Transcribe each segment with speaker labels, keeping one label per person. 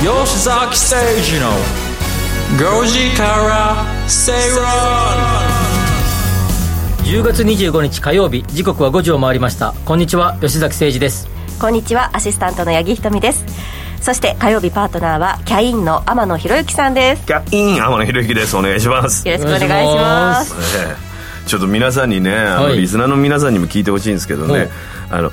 Speaker 1: 吉崎誠二の5時から正論
Speaker 2: 10月25日火曜日時刻は5時を回りましたこんにちは吉崎誠二です
Speaker 3: こんにちはアシスタントの八木ひとみですそして火曜日パートナーはキャインの天野博之さんです
Speaker 4: キャイン天野博之ですお願いします
Speaker 3: よろしくお願いし
Speaker 2: お願
Speaker 3: ま
Speaker 2: いし
Speaker 3: す
Speaker 4: ねちょっと皆さんにねあの、
Speaker 2: はい
Speaker 4: リスナーの皆さんにも聞いてほしいんですけど
Speaker 2: はい
Speaker 4: ねあの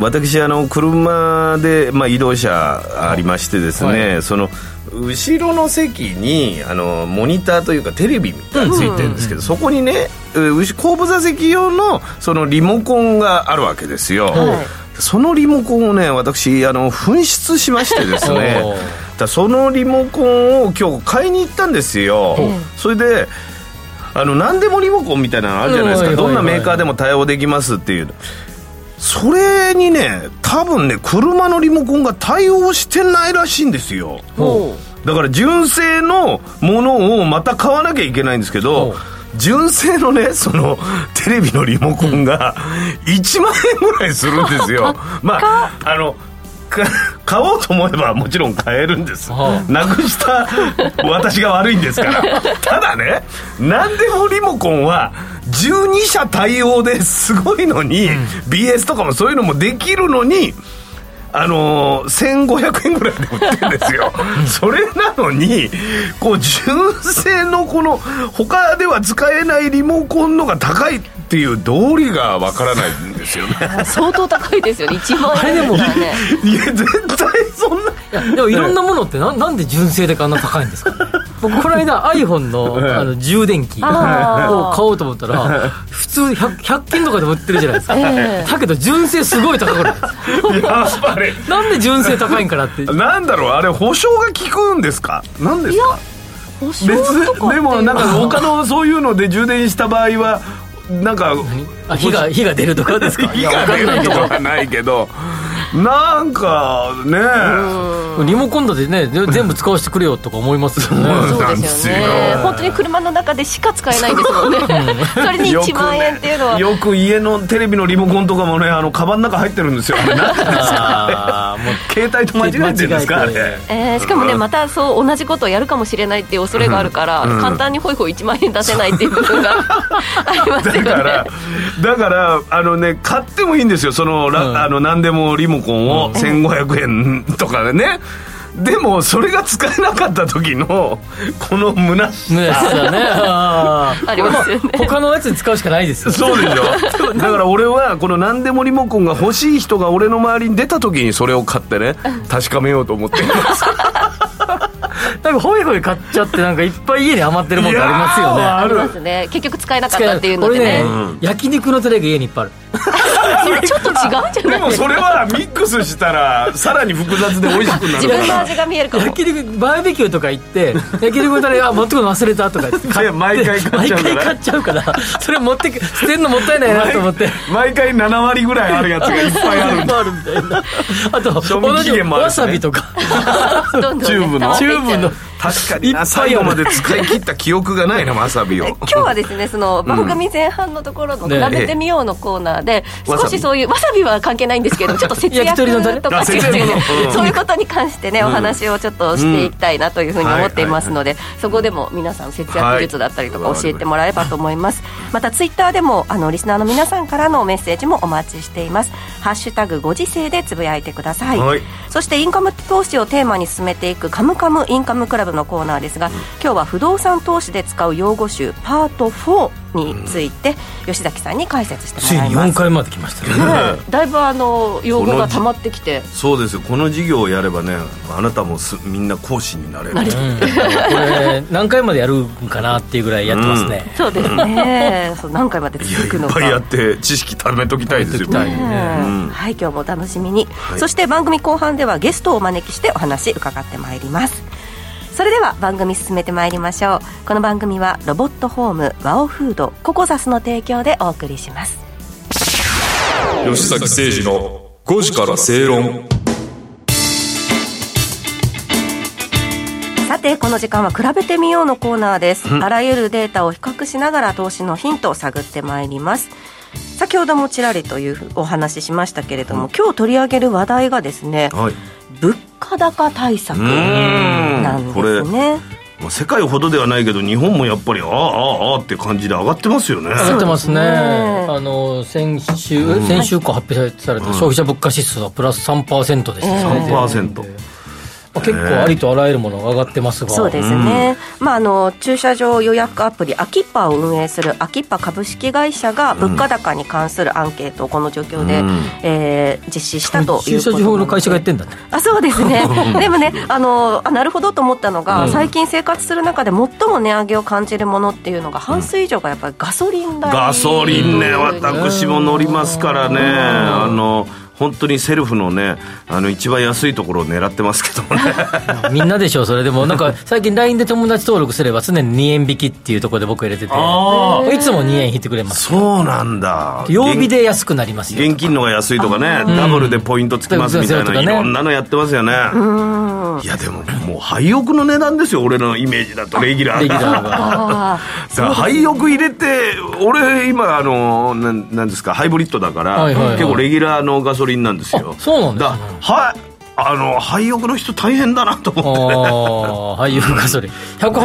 Speaker 4: 私あの車で、まあ、移動車ありましてですね、その後ろの席にあのモニターというかテレビみたいなのついてるんですけど、そこにねう後後部座席用のそのリモコンがあるわけですよ、
Speaker 3: はい
Speaker 4: そのリモコンをね私あの紛失しましてですね
Speaker 2: おー
Speaker 4: だそのリモコンを今日買いに行ったんですよ、それであの何でもリモコンみたいなのあるじゃないです
Speaker 2: う
Speaker 4: か
Speaker 2: ん
Speaker 4: どんなメーカーでも対応できますっていうそれにね多分ね車のリモコンが対応してないらしいんですよ
Speaker 2: ほ
Speaker 4: だから純正のものをまた買わなきゃいけないんですけ
Speaker 2: ほ
Speaker 4: ど純正のねそのテレビのリモコンが1万円ぐらいするんですよまああのか買おうと思えばもちろん買えるんです
Speaker 2: は
Speaker 4: なくした私が悪いんですからただね何でもリモコンは12社対応ですごいのに、BS とかもそういうのもできるのにあのー、1500円ぐらいで売ってるんですよそれなのにこう純正のこの他では使えないリモコンのが高いっていう道理がわからないんですよね
Speaker 3: 相当高いですよね1万円
Speaker 2: あれでも
Speaker 3: だからね
Speaker 4: いや絶対そんな
Speaker 2: ういやでもいろんなものってななんで純正であんな高いんです かね僕この間 iPhone のあの充電器を
Speaker 3: あー
Speaker 2: 買おうと思った ら普通 100, 100均とかでも売ってるじゃないですか、
Speaker 3: え
Speaker 2: だけど純正すごい高くないですか
Speaker 4: やっぱり
Speaker 2: なんで純正高いんかなって
Speaker 4: なんだろうあれ保証が効くんですかなんですか
Speaker 3: 保証
Speaker 4: 別
Speaker 3: とかって
Speaker 4: でもなんか他のそういうので充電した場合はなんか
Speaker 2: あ火が火が出るとかですか
Speaker 4: 火が出るとかはないけどなんかね
Speaker 2: リモコンだってねぜ全部使わせてくれよとか思いますよね
Speaker 3: そう
Speaker 4: なん
Speaker 3: で
Speaker 4: ですす
Speaker 3: よ
Speaker 4: よ
Speaker 3: ね本当に車の中でしか使えないですもんねそれに1万円っていうのは
Speaker 4: よく,、ね、よく家のテレビのリモコンとかもねあのカバンの中入ってるんですよあれ何ですか
Speaker 2: あ
Speaker 4: あれ携帯と間違えてるんですかあ
Speaker 2: 間違
Speaker 4: れ
Speaker 2: え
Speaker 3: えーしかもねまたそう同じことをやるかもしれないっていう恐れがあるから、簡単にホイホイ1万円出せないっていう部分がありますよ
Speaker 4: だ
Speaker 3: ね
Speaker 4: からだからあのね買ってもいいんですよその,ら、
Speaker 2: うん
Speaker 4: あの何でもリモコンを1500円とかでねでもそれが使えなかった時のこの虚し
Speaker 2: ねそう だねあー
Speaker 3: ありますよね
Speaker 2: 他のやつに使うしかない ですよ
Speaker 4: そうでしょだから俺はこの何でもリモコンが欲しい人が俺の周りに出た時にそれを買ってね確かめようと 思って
Speaker 2: なんかホイホイ買っちゃってなんかいっぱい家に余ってるもんってありますよね
Speaker 3: ありますね結局使えなかったっていうの
Speaker 2: 俺
Speaker 3: で
Speaker 2: ね
Speaker 3: ね、
Speaker 2: 焼肉のタレが家にいっぱいある
Speaker 3: それちょっと違うんじゃ
Speaker 4: で
Speaker 3: ない
Speaker 4: もそれはミックスしたらさらに複雑で美味しくな
Speaker 3: 自
Speaker 4: るか
Speaker 3: 分の
Speaker 4: ら
Speaker 3: 味が見えるかも
Speaker 2: 焼肉バーベキューとか行 って焼肉のタレあ持ってくるの忘れたとか言 って買って
Speaker 4: で毎回買っちゃう
Speaker 2: 毎
Speaker 4: から
Speaker 2: 回買っちゃうからそれ持ってく捨てるのもったいないなと思って
Speaker 4: 毎回7割ぐらいあるやつがいっぱいあるんだ
Speaker 2: あるみたいなあと
Speaker 4: 賞味
Speaker 2: 同
Speaker 4: 期
Speaker 2: じ
Speaker 4: 限もあるしね
Speaker 2: わさびとか
Speaker 3: どんどんね
Speaker 4: チューブの
Speaker 3: 溜
Speaker 2: チュ
Speaker 3: まっ
Speaker 2: ーブ
Speaker 3: ていっちゃ
Speaker 2: の
Speaker 3: う
Speaker 4: 確か
Speaker 2: いっぱいあ
Speaker 4: に
Speaker 2: る
Speaker 4: な最後まで使い切った記憶がないなわさびを
Speaker 3: 今日はですねその番組前半のところの「
Speaker 2: ね
Speaker 3: 比べてみよう」のコーナーで
Speaker 4: ええ
Speaker 3: 少しそういうわさびは関係ないんですけどちょっと節
Speaker 2: 焼き鳥のタレ
Speaker 3: 約とか
Speaker 4: あ節約のうん
Speaker 3: そういうことに関してねお話をちょっとしていきたいなというふうに思っていますのでそこでも皆さん節約術だったりとか
Speaker 4: はい
Speaker 3: 教えてもらえばと思いますまたツイッターでもあのリスナーの皆さんからのメッセージもお待ちしています「ハッシュタグご時世」でつぶやいてください、
Speaker 4: はい
Speaker 3: そしてインカム投資をテーマに進めていく「カムカムインカムクラブ」のコーナーですが、今日は不動産投資で使う用語集パート4について吉崎さんに解説して
Speaker 2: つ
Speaker 3: も
Speaker 2: い
Speaker 3: らい
Speaker 2: に
Speaker 3: ま
Speaker 2: 4
Speaker 3: す
Speaker 2: 回まで来ましたね
Speaker 3: はいだいぶあの用語が溜まってきて
Speaker 4: そうですよこの授業をやればねあなたもすみんな講師になれる
Speaker 2: これ何回までやるんかなっていうぐらいやってますね、
Speaker 3: そうですねそう何回まで
Speaker 4: いやい
Speaker 3: 続くの
Speaker 4: っ
Speaker 3: か
Speaker 4: ぱいやって知識貯めときたいですよ
Speaker 2: 貯めときたい
Speaker 3: うんはい今日もお楽しみに、そして番組後半ではゲストをお招きしてお話伺ってまいりますそれでは番組進めてまいりましょうこの番組はロボットホームワオフードココザスの提供でお送りします
Speaker 5: 吉崎誠二の5時から正論
Speaker 3: さてこの時間は比べてみようのコーナーですあらゆるデータを比較しながら投資のヒントを探ってまいりますさっ先ほどもちらりというお話ししましたけれども、今日取り上げる話題がですね、
Speaker 4: はい
Speaker 3: 物価高対策
Speaker 4: うーん
Speaker 3: なん
Speaker 4: こ
Speaker 3: で
Speaker 4: れ
Speaker 3: すね。
Speaker 4: まあ世界ほどではないけど日本もやっぱりああああああって感じで上がってますよね
Speaker 2: 上がってますね
Speaker 3: そうですね
Speaker 2: あの先週、先週か発表された消費者物価指数はプラス3%でしたね、
Speaker 4: ええ3%
Speaker 2: 全体でまあ、結構ありとあらゆるものが上がってますが
Speaker 3: そうですね、まあ、あの駐車場予約アプリ、アキッパを運営するアキッパ株式会社が、物価高に関するアンケートをこの状況で、えー実施したという
Speaker 2: 駐
Speaker 3: こ
Speaker 2: 車
Speaker 3: とな
Speaker 2: 場の
Speaker 3: の
Speaker 2: 会社がや
Speaker 3: で
Speaker 2: ってんだね
Speaker 3: あそうです ね、でもねあのあ、なるほどと思ったのが、最近生活する中で最も値上げを感じるものっていうのが、半数以上がやっぱりガソリン代、
Speaker 4: ガソリンね、
Speaker 3: うん
Speaker 4: 私も乗りますからね、あの本当にセルフのね、あの一番安いところを狙ってますけどもね、
Speaker 2: みんなでしょうそれでもなんか最近 LINE で友達登録すれば常に2円引きっていうところで僕入れてて
Speaker 4: あ
Speaker 2: いつも2円引いてくれます
Speaker 4: そうなんだ、
Speaker 2: 曜日で安くなりますよ
Speaker 4: 現現金のが安いとかね、ダブルでポイントつきますみたい
Speaker 2: と
Speaker 4: な、
Speaker 2: かね
Speaker 4: いろんなのやってますよね。いや、でも、もう廃屋の値段ですよ、俺のイメージ だと、レギュラ
Speaker 2: レ
Speaker 4: ー
Speaker 2: ギュ
Speaker 4: が。
Speaker 2: ラーが
Speaker 3: あ
Speaker 4: だから廃屋入れて俺今あのなんなんですかハイブリッドだから、
Speaker 2: はいはいはい
Speaker 4: 結構レギュラーのガソリンなんですよ
Speaker 2: あそうなんですね
Speaker 4: だはいあの廃屋の人大変だなと思ってね
Speaker 2: ああ俳優ガソリン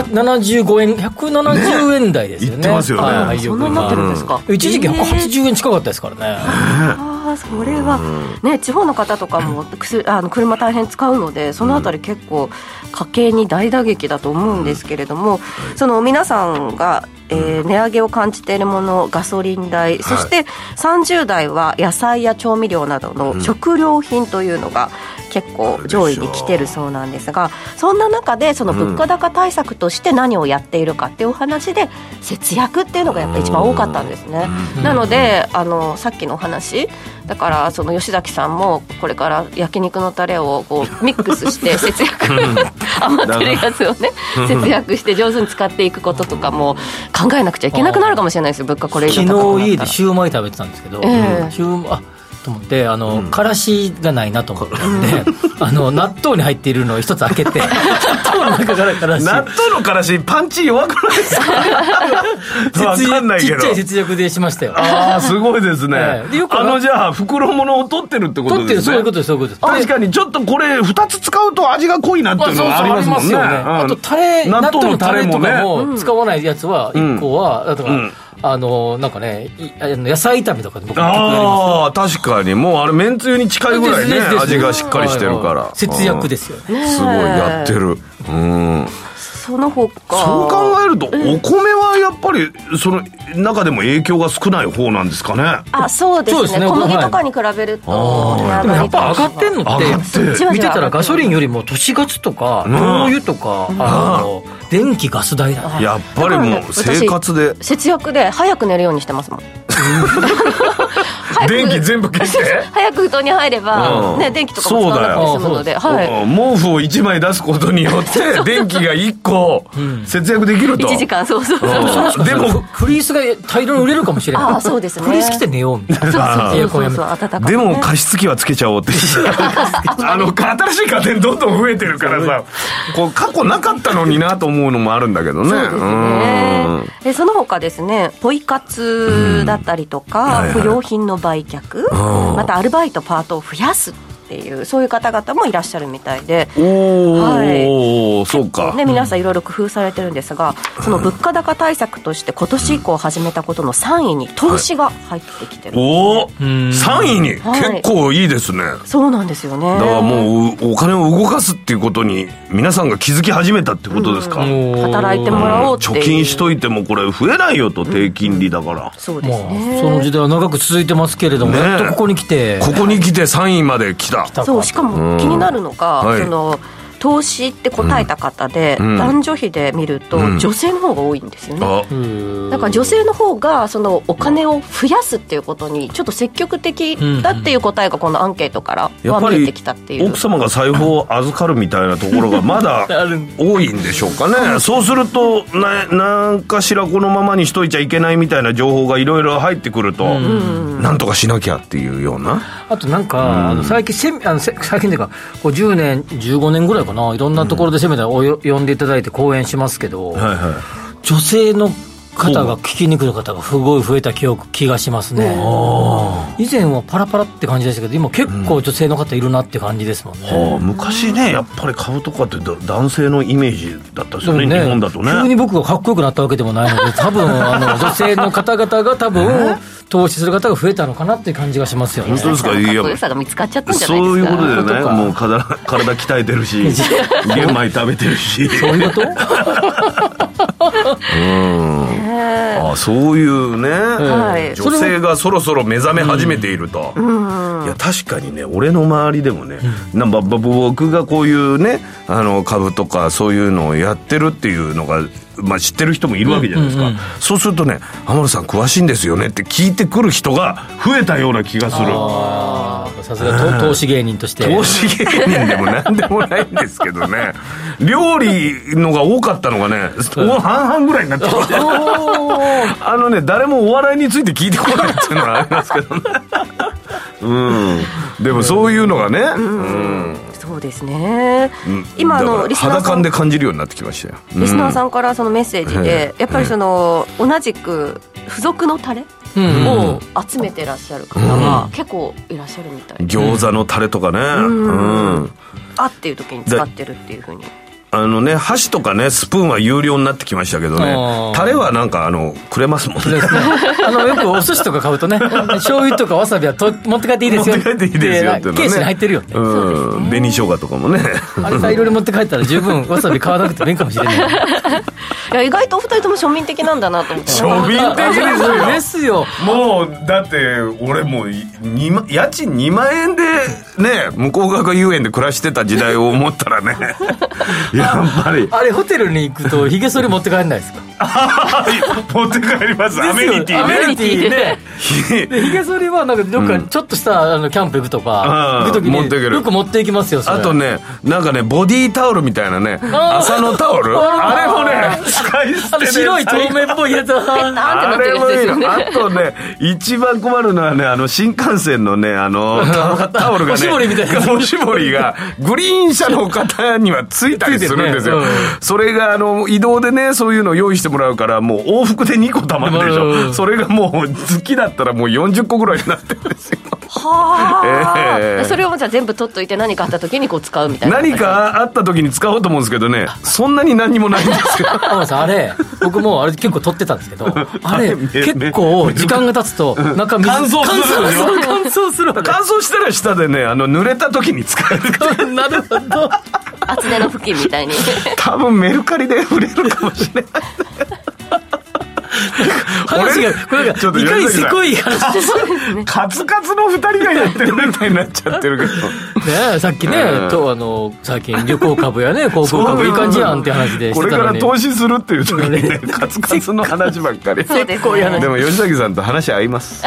Speaker 2: 175円170円台ですよね
Speaker 4: ね言ってますよね
Speaker 2: はい俳優
Speaker 3: ーそんなになってるんですか、
Speaker 2: 一時期
Speaker 3: えー
Speaker 2: 180円近かったですからね、
Speaker 3: ああそれは、ね、地方の方とかもくすあの車大変使うのでそのあたり結構家計に大打撃だと思うんですけれども、その皆さんが、えー値上げを感じているものガソリン代そして30代は野菜や調味料などの食料品というのが結構上位に来てるそうなんですがそんな中でその物価高対策として何をやっているかっていうお話で節約っていうのがやっぱ一番多かったんですね。なのであのさっきのお話だからその吉崎さんもこれから焼肉のタレをこうミックスして 節約余ってるやつをね節約して上手に使っていくこととかも考えなくちゃいけなくなるかもしれないですよ物価これ以上高く
Speaker 2: 昨
Speaker 3: な
Speaker 2: 日
Speaker 3: っ
Speaker 2: 家
Speaker 3: た
Speaker 2: で
Speaker 3: ら。
Speaker 2: シューマイ食べてたんですけど、
Speaker 3: ええ
Speaker 2: シューマイあと思ってあの、からしがないなと思っ て、あの納豆に入っているのを一つ開けて納豆の中からからし
Speaker 4: 納豆のからしパンチ弱くないですか わ
Speaker 2: 節
Speaker 4: かんな
Speaker 2: 約ち
Speaker 4: いけ
Speaker 2: っ
Speaker 4: ど
Speaker 2: ちゃい節約でしましたよ
Speaker 4: ああすごいですね、
Speaker 2: ええでよく
Speaker 4: あのじゃあ袋物を取ってるってこ
Speaker 2: 取
Speaker 4: と
Speaker 2: って
Speaker 4: で
Speaker 2: る
Speaker 4: す
Speaker 2: そう
Speaker 4: ね
Speaker 2: いうことですそういうことです
Speaker 4: 確かにちょっとこれ2つ使うと味が濃いなって
Speaker 2: あそ
Speaker 4: いうう
Speaker 2: そ
Speaker 4: の
Speaker 2: う
Speaker 4: があり
Speaker 2: あ
Speaker 4: ま
Speaker 2: り
Speaker 4: すも
Speaker 2: ます
Speaker 4: んね
Speaker 2: よねあとタレ納豆のタレとかも使わないやつは1個は、だから、
Speaker 4: うん
Speaker 2: あのなんかねいあの野菜炒めとかで僕
Speaker 4: ああ確かにもうあれめんつゆに近いぐら
Speaker 2: で
Speaker 4: いね
Speaker 2: すですです
Speaker 4: 味がしっかりしてるから、
Speaker 2: はいはい節約ですよね
Speaker 4: うんすごいやってるうん
Speaker 3: その他
Speaker 4: そう考えるとお米はやっぱりその中でも影響が少ない方なんですかね
Speaker 3: あそうですね
Speaker 2: そうですね
Speaker 3: 小麦とかに比べると値上
Speaker 2: で
Speaker 3: がり
Speaker 2: もやっぱ上がってんのっ
Speaker 4: 上がってる
Speaker 2: て
Speaker 3: じわ
Speaker 2: 見
Speaker 3: じ
Speaker 2: て
Speaker 3: わ上がってる
Speaker 2: たらガソリンよりも都市ガスとか
Speaker 4: ん
Speaker 2: 灯油とか、あの電気ガス代だね
Speaker 4: やっぱりもう生活で
Speaker 3: 節約で早く寝るようにしてますもん 早く
Speaker 4: 電気全部消して
Speaker 3: 早く布団に入れば、
Speaker 4: うん
Speaker 3: ね、電気とかも使わなくて済むので、はい、
Speaker 4: うん毛布を1枚出すことによって電気が1個節約できると
Speaker 3: 1時間そうそうそう
Speaker 4: うんでも
Speaker 2: フリースが大量に売れるかもしれない
Speaker 3: あーそうですね
Speaker 2: フリース着て寝ようみたい
Speaker 3: そう
Speaker 2: なエアコン
Speaker 3: そう
Speaker 2: やめ
Speaker 3: そ
Speaker 2: て
Speaker 3: う暖かく
Speaker 4: でも加湿器はつけちゃおうって あの新しい家電どんどん増えてるからさこう過去なかったのになと思うのもあるんだけどね
Speaker 3: そうですねでその他ですねポイ活だったりとか、
Speaker 4: うんはいはい
Speaker 3: 不用品の売却またアルバイトパートを増やすっていうそういう方々もいらっしゃるみたいで
Speaker 4: うんおー、
Speaker 3: は
Speaker 4: そうか、
Speaker 3: ね、皆さんいろいろ工夫されてるんですが、その物価高対策として今年以降始めたことの3位に投資が入ってきてる、
Speaker 4: おお3位に
Speaker 3: はい
Speaker 4: 結構いいですね、
Speaker 3: そうなんですよね
Speaker 4: だからもうお金を動かすっていうことに皆さんが気づき始めたってことですか、うん
Speaker 3: 働いてもらおうっていう
Speaker 4: 貯金しといてもこれ増えないよと低金利だから、
Speaker 3: そうで
Speaker 2: ます
Speaker 3: ね
Speaker 2: あその時代は長く続いてますけれども、
Speaker 4: ねえ
Speaker 2: やっとここに来て
Speaker 4: ここに来て3位まで来た
Speaker 3: そうしかも気になるのが、
Speaker 4: はい
Speaker 3: その投資って答えた方で、
Speaker 4: ん
Speaker 3: 男女比で見ると、女性の方が多いんですよね
Speaker 4: あ
Speaker 3: だから女性の方がそのお金を増やすっていうことにちょっと積極的だっていう答えがこのアンケートから
Speaker 4: やっぱ
Speaker 3: は見えて
Speaker 4: り
Speaker 3: きたっていう
Speaker 4: 奥様が財布を預かるみたいなところがまだ 多いんでしょうかねそうするとななんかしらこのままにしといちゃいけないみたいな情報がいろいろ入ってくるとなんとかしなきゃっていうような
Speaker 2: あとなんか、あの最近せあのせ最近というかこう10年15年ぐらいかないろんなところでせめておよ呼んでいただいて講演しますけど、
Speaker 4: はいは
Speaker 2: 女性の方が聞きに来る方がすごい増えた記憶気がしますね以前はパラパラって感じでしたけど今結構女性の方いるなって感じですもんね、
Speaker 4: ああ昔ねやっぱり株とかってだ男性のイメージだったですよね日本だとね
Speaker 2: 急に僕がかっこよくなったわけでもないので、多 分あの女性の方々が、多分投資する方が増えたのかなっていう感じがしますよね
Speaker 4: 本。当ですか
Speaker 3: かっ
Speaker 4: い
Speaker 3: こよ
Speaker 4: や
Speaker 3: さが見つかっちゃったんじゃないですか
Speaker 4: そういうことだ
Speaker 2: そうい
Speaker 4: よ
Speaker 2: うことか
Speaker 4: ねもう体体鍛えて るし玄米食べてるし
Speaker 2: そういうこと
Speaker 4: ああそういうね、
Speaker 3: はい
Speaker 4: 女性がそろそろ目覚め始めていると、いや確かにね俺の周りでもね、なんかぼ僕がこういうねあの株とかそういうのをやってるっていうのが、まあ、知ってる人もいるわけじゃないですか、そうするとね「天野さん詳しいんですよね」って聞いてくる人が増えたような気がする
Speaker 2: あーさすがと投資芸人として。
Speaker 4: 投資芸人でも何でもないんですけどね料理のが多かったのがね半々ぐらいになってきてあのね誰もお笑いについて聞いてこないっていうのはありますけどねうんでもそういうのがね、うん
Speaker 3: そうですね、今あ
Speaker 4: だか
Speaker 3: の
Speaker 4: ら
Speaker 3: リスナー
Speaker 4: 肌
Speaker 3: さ
Speaker 4: 感
Speaker 3: ん
Speaker 4: で感じるようになってきましたよ、うん
Speaker 3: リスナーさんからそのメッセージで、やっぱりその同じく付属のタレ
Speaker 2: うん
Speaker 3: を集めてらっしゃる方が結構いらっしゃるみたい、
Speaker 4: 餃子のタレとかね、うん
Speaker 3: あっていう時に使ってるっていうふうに
Speaker 4: あのね箸とかねスプーンは有料になってきましたけど
Speaker 2: あ
Speaker 4: ね
Speaker 2: ー
Speaker 4: タレはなんかあのくれますもん
Speaker 2: そう
Speaker 4: ね
Speaker 2: ですね、あのよくお寿司とか買うとね、醤油とかわさびはと持って帰っていいですよ
Speaker 4: 持って帰っていいですよっていうのね
Speaker 2: ケースに入ってるよね、
Speaker 4: うん紅生姜とか もね
Speaker 2: あれさ、いろいろ持って帰ったら十分わさび買わなくてもいいかもしれない。
Speaker 3: いや意外とお二人とも庶民的なんだなと思って
Speaker 4: 庶民的ですよ
Speaker 2: ですよ。
Speaker 4: もうだって俺もうい二万家賃2万円でね向こう側が遊園で暮らしてた時代を思った らねやっぱり
Speaker 2: あれ、ホテルに行くと、ひげ剃り持って帰んないですか
Speaker 4: 持って帰りますアメニティ
Speaker 2: アメニ
Speaker 4: ね
Speaker 2: ティね。で、ヒゲ剃りは、なんか、どっか、ちょっとした、あの、キャンプ行くとか、
Speaker 4: うん
Speaker 2: 行くとき
Speaker 4: 持ってく
Speaker 2: に、
Speaker 4: る
Speaker 2: よく持っていきますよ、それ
Speaker 4: あとねなんかねボディータオルみたいなね麻のタオルあれもね使い捨
Speaker 2: あの
Speaker 4: てで
Speaker 2: 白い透明っぽいやつは、
Speaker 3: な
Speaker 4: あ
Speaker 3: んて
Speaker 4: れ
Speaker 3: なってるや
Speaker 4: も
Speaker 3: つで
Speaker 4: い
Speaker 3: す
Speaker 4: い
Speaker 3: よ
Speaker 4: の
Speaker 3: ね
Speaker 4: あとね一番困るのはねあの新幹線のねあのタオタオルがね
Speaker 2: おしぼりみたいな
Speaker 4: おしぼりがグリーン車の方にはついたりするんですよ、
Speaker 2: ついてるね
Speaker 4: それがあの移動でねそういうの用意してもらうからもう往復で2個溜まってるでし
Speaker 2: う
Speaker 4: ょ
Speaker 2: ん
Speaker 4: それがもう好きだったらもう40個ぐらいになってるんですよ
Speaker 3: はあ、
Speaker 4: ええ
Speaker 3: それをじゃあ全部取っといて何かあった時にこう使うみたいな
Speaker 4: 何かあった時に使おうと思うんですけどねそんなに何にもないんですよ
Speaker 2: 天野さん、あれ、僕もあれ結構撮ってたんですけ ど、あれ、
Speaker 4: あれね
Speaker 2: 結構、時間が経つと、中水、
Speaker 4: 乾燥するでしょ
Speaker 2: 乾燥する乾燥するわ
Speaker 4: 乾燥したら下でねあの濡れた時に使える
Speaker 2: ね。なるほど。
Speaker 3: 厚手の布巾みたいに
Speaker 4: 多分メルカリで売れるかもしれない
Speaker 2: 話が、これが、い
Speaker 4: ちょっ
Speaker 2: か
Speaker 4: とやめ
Speaker 2: に
Speaker 4: てください
Speaker 2: せこい話です
Speaker 4: カツカツの二人がやってるみたいになっちゃってるけど
Speaker 2: ね。さっきね、と、あの、最近、旅行株や ね、航空株いい感じやんって話でし
Speaker 4: こ
Speaker 2: て
Speaker 4: れ
Speaker 2: た
Speaker 4: か
Speaker 2: の
Speaker 4: ら
Speaker 2: に。
Speaker 4: 投資するっていう時にねカツカツの話ばっか り
Speaker 3: そうですね
Speaker 4: でも吉崎さんと話合います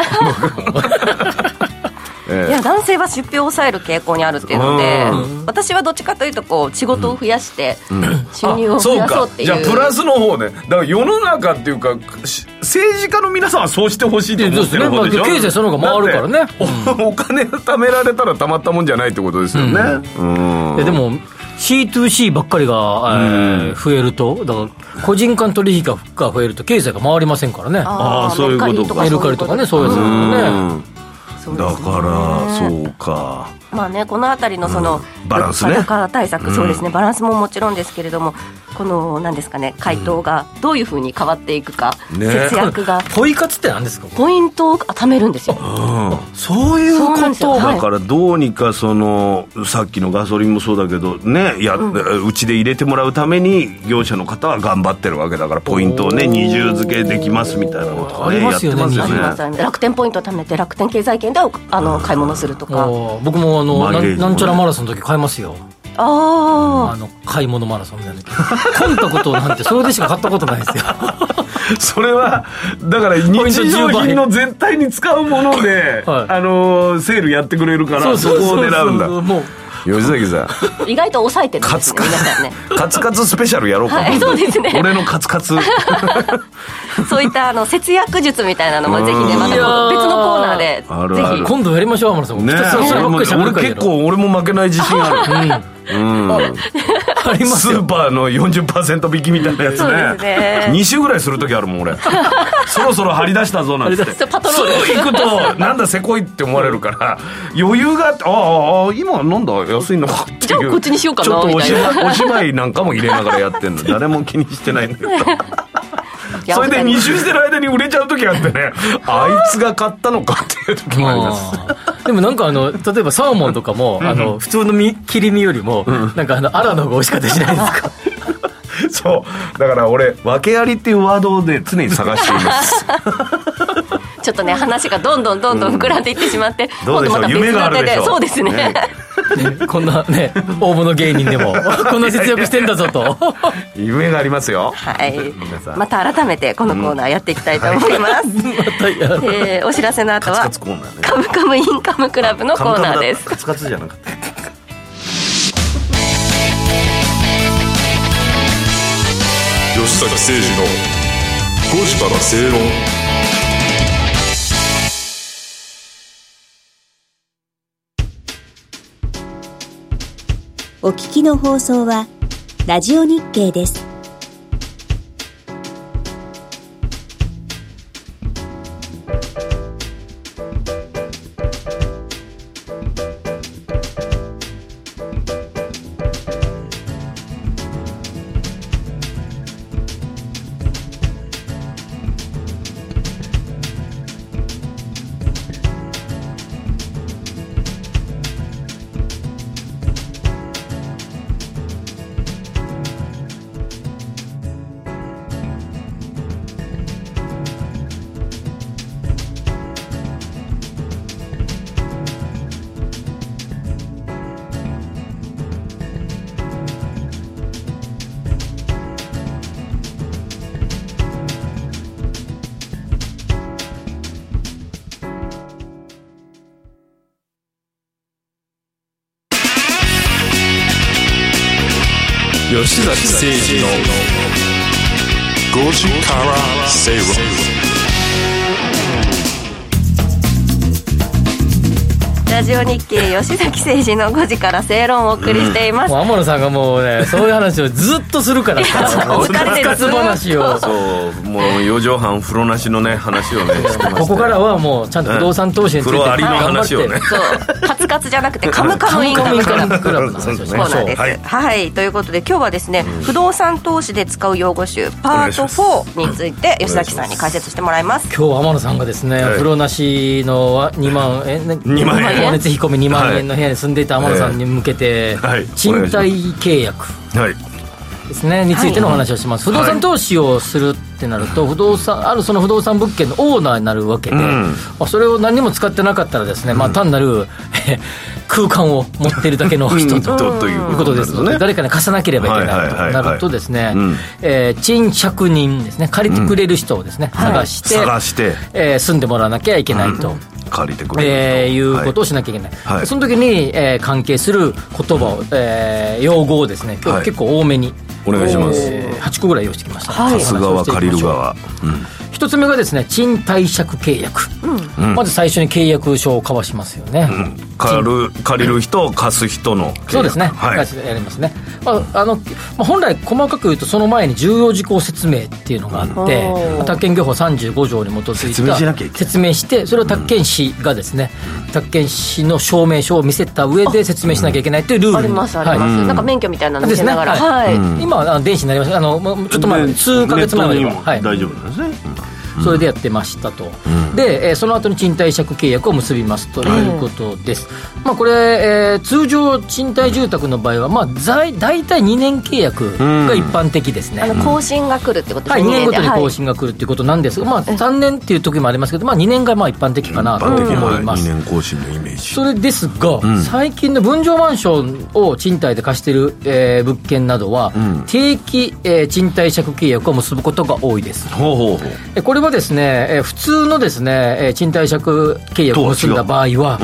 Speaker 3: いや男性は出費を抑える傾向にあるっていうので私はどっちかというとこう仕事を増やして収入を増やそうっていう,、
Speaker 4: じゃあプラスの方ねだから世の中っていうかし政治家の皆さんはそうしてほしいと思ってる方でし
Speaker 2: い
Speaker 4: ょ
Speaker 2: やそうですねまあ経済その方が回るからね
Speaker 4: だっておお 金を貯められたらたまったもんじゃないってことですよねうん
Speaker 2: いやでも C2C ばっかりが、えー増えるとだから個人間取引がが増えると経済が回りませんからね
Speaker 4: あーそういうことか
Speaker 2: メルカリとかねそういうやつだからね
Speaker 3: そう
Speaker 4: だ
Speaker 3: ですね
Speaker 4: からそうか
Speaker 3: まあね、このあたりのその、
Speaker 4: バランスね
Speaker 3: 物価高対策、そうですね、バランスももちろんですけれども、この、なんですかね、回答がどういうふうに変わっていくか、
Speaker 4: ね
Speaker 3: 節約が、
Speaker 2: ポイ活って何ですか
Speaker 3: ポイントを貯めるんですよ。
Speaker 4: そういう
Speaker 3: そうなん
Speaker 4: こ
Speaker 3: ですよ
Speaker 4: と
Speaker 3: はい
Speaker 4: だからどうにかそのさっきのガソリンもそうだけどねやうち、で入れてもらうために業者の方は頑張ってるわけだからポイントをね二重付けできますみたいなことをね
Speaker 2: ありますよね
Speaker 4: やって
Speaker 3: あり
Speaker 4: ま
Speaker 3: ますす
Speaker 4: よね
Speaker 3: よね楽天ポイント貯めて、楽天経済圏であの買い物すると
Speaker 2: あ
Speaker 3: か、
Speaker 2: ー僕もあの
Speaker 4: マイ
Speaker 2: なん
Speaker 4: レージもね
Speaker 2: なんちゃらマラソンの時買いますよ
Speaker 3: あ
Speaker 2: あの買い物マラソンみたいな時コンタクトなんてそれでしか買ったことないです よ
Speaker 4: それはだから
Speaker 2: ポイント
Speaker 4: 日
Speaker 2: 10
Speaker 4: 常
Speaker 2: 倍
Speaker 4: 品の全体に使うもの で、
Speaker 2: はい
Speaker 4: あのーセールやってくれるからそこを狙うんだ
Speaker 2: もう
Speaker 4: 吉崎さん
Speaker 3: あ、意外と抑えてるんですね、皆さんね。
Speaker 4: カツカツスペシャルやろうか、
Speaker 3: はいそうですね
Speaker 4: 俺のカツカツ
Speaker 3: そういったあの節約術みたいなのも、ぜひね、また別のコーナーで、
Speaker 4: あるあ
Speaker 3: ぜ
Speaker 4: る
Speaker 3: ひ。
Speaker 2: 今度やりましょう天野さん
Speaker 4: ね
Speaker 2: ひたすらそればっかりしゃべる
Speaker 4: 俺
Speaker 2: からや
Speaker 4: 結
Speaker 2: ろう
Speaker 4: 構俺も負けない自信あるうん
Speaker 2: あります
Speaker 4: スー
Speaker 2: よ
Speaker 4: パーの40%引きみたいなやつ
Speaker 3: そうです
Speaker 4: ね
Speaker 3: ね
Speaker 4: 2週ぐらいする時あるも ん俺そろそろ張り出したぞなんつっ
Speaker 2: 張り
Speaker 4: て
Speaker 2: 出
Speaker 4: す
Speaker 2: し
Speaker 4: ぐ
Speaker 3: パトロール
Speaker 4: 行くとなんだせこいって思われるから余裕があってああああ今なんだ安いのかっていう
Speaker 6: じゃあこっちにしようかな
Speaker 4: ちょっとお
Speaker 6: みたい
Speaker 4: 芝お芝居なんかも入れながらやってんの誰も気にしてないんだけど
Speaker 3: いや
Speaker 4: それで
Speaker 3: お二人
Speaker 4: 2周してる間に売れちゃう時あってねあいつが買ったのかっていう時もあります
Speaker 2: うんでもなんかあの例えばサーモンとかもあの普通の身切り身よりもなんかあのアラの方が美味しかったりしないですか
Speaker 4: そうだから俺訳ありっていうワードで常に探しています
Speaker 3: ちょっとね話がどんどんどんどん膨らんでいってしまって、
Speaker 4: どうでしょう夢があるでしょ
Speaker 3: そうですね
Speaker 4: ね
Speaker 2: こんなね大物芸人でもこんな節約してんだぞ と
Speaker 4: 夢がありますよ
Speaker 3: はい
Speaker 4: 皆さん
Speaker 3: また改めてこのコーナーやっていきたいと思います、えーお知らせの後
Speaker 4: カツ
Speaker 3: は
Speaker 4: カツコーナーね
Speaker 3: カムカムインカムクラブのコーナーです
Speaker 4: カツカツじゃなかった
Speaker 5: 吉崎誠二の5時から正論
Speaker 7: お聞きの放送は、ラジオ日経です。
Speaker 5: 吉崎誠二の5時から正論
Speaker 3: ラジオ日経吉崎誠二の5時から正論をお送りしています、
Speaker 2: もう天野さんがもうねそういう話をずっとするからさ
Speaker 3: お疲れ
Speaker 2: 復
Speaker 3: 様
Speaker 2: 活話を
Speaker 4: そうもう4畳半風呂なしのね話をねしてました
Speaker 2: ここからはもうちゃんと不動産投資について
Speaker 4: うん風呂ありの話をね
Speaker 2: 頑張って
Speaker 3: そうカツカツじゃなくてカムカムインカ
Speaker 2: カム
Speaker 3: ム
Speaker 2: カ
Speaker 3: ク
Speaker 2: ムイ
Speaker 3: ラ
Speaker 2: ン
Speaker 3: ブ
Speaker 2: カムクラブの話をし
Speaker 3: そうな
Speaker 2: ま
Speaker 3: ん
Speaker 2: しょう
Speaker 3: です。は、
Speaker 4: はいい
Speaker 3: ということで今日はですね、不動産投資で使う用語集パート4について吉崎さんに解説してもらいます。
Speaker 2: 今日天野さんがですね、
Speaker 4: はい
Speaker 2: 風呂なしのは2万円、ね、
Speaker 4: 2万円
Speaker 2: 光熱費込み2万
Speaker 4: はい
Speaker 2: 円の部屋に住んでいた天野さんに向けて、
Speaker 4: はい
Speaker 2: 賃貸契約
Speaker 4: はい
Speaker 2: ですねについてのお話をします、
Speaker 4: はい
Speaker 2: 不動産投資をするってなると不動産あるその不動産物件のオーナーになるわけで、
Speaker 4: ん
Speaker 2: まあそれを何も使ってなかったらですね、まあ、単なる、 えへ空間を持っているだけの人と。
Speaker 4: ととい
Speaker 2: いう
Speaker 4: う
Speaker 2: こ
Speaker 4: ことと
Speaker 2: で
Speaker 4: ですす
Speaker 2: ので、
Speaker 4: ね
Speaker 2: 誰かに貸さなければいけ
Speaker 4: は
Speaker 2: ないと
Speaker 4: いはいはいはい
Speaker 2: なるとですね
Speaker 4: うん、
Speaker 2: えー賃借人ですね、借りてくれる人をですね、探して、
Speaker 4: 探して
Speaker 2: えー住んでもらわなきゃいけないと。
Speaker 4: 借りてくれる
Speaker 2: えーいうことを
Speaker 4: は
Speaker 2: しなきゃいけない、
Speaker 4: はい
Speaker 2: その時に、えー関係する言葉を、えー用語をですね今日、
Speaker 4: はい
Speaker 2: 結構多めに
Speaker 4: お願いします
Speaker 2: 8個ぐらい用意してきました、
Speaker 3: はい
Speaker 4: さすがは借りる側
Speaker 2: 一つ目がですね賃貸借契約、まず最初に契約書を交わしますよね、
Speaker 4: 借る借りる人貸す人の契約
Speaker 2: そうですね、
Speaker 4: はい
Speaker 2: がやりますね、まああのまあ、本来、細かく言うと、その前に重要事項説明っていうのがあって、まあ宅建業法35条に基づいた
Speaker 4: 説明しなきゃいけない
Speaker 2: 説明して、それを宅建士がですね、宅建士の証明書を見せた上で説明しなきゃいけないというルール
Speaker 3: ありますあります、なんか免許みたいなの
Speaker 2: で
Speaker 3: 見
Speaker 2: す
Speaker 3: せ
Speaker 2: ね、
Speaker 3: ながら、
Speaker 2: は
Speaker 3: はいい、
Speaker 2: 今はあの電子になりましたあのもうちょっと前
Speaker 4: で
Speaker 2: 数ヶ月前まで
Speaker 4: ネッ
Speaker 2: は
Speaker 4: トにも
Speaker 2: はい
Speaker 4: 大丈夫なんですね
Speaker 2: それでやってましたと、で、えーその後に賃貸借契約を結びますということです、まあ、これ、えー通常賃貸住宅の場合は、まあ、ざい大体2年契約が一般的ですね、
Speaker 3: あの更新が来るってことです
Speaker 2: はい、2年ごとに更
Speaker 3: はい
Speaker 2: 新が来るということなんですが、まあ、3年っていう時もありますけど、まあ、2年がまあ一般的かなと
Speaker 4: 一般
Speaker 2: 思
Speaker 4: 的
Speaker 2: い
Speaker 4: な
Speaker 2: ます、
Speaker 4: 2年更新のイメージ
Speaker 2: それですが、最近の分譲マンションを賃貸で貸している、えー物件などは、定期、えー賃貸借契約を結ぶことが多いです。
Speaker 4: ほうほうほう
Speaker 2: えこれはですね、えー普通のですね、えー賃貸借契約を結んだ場合は、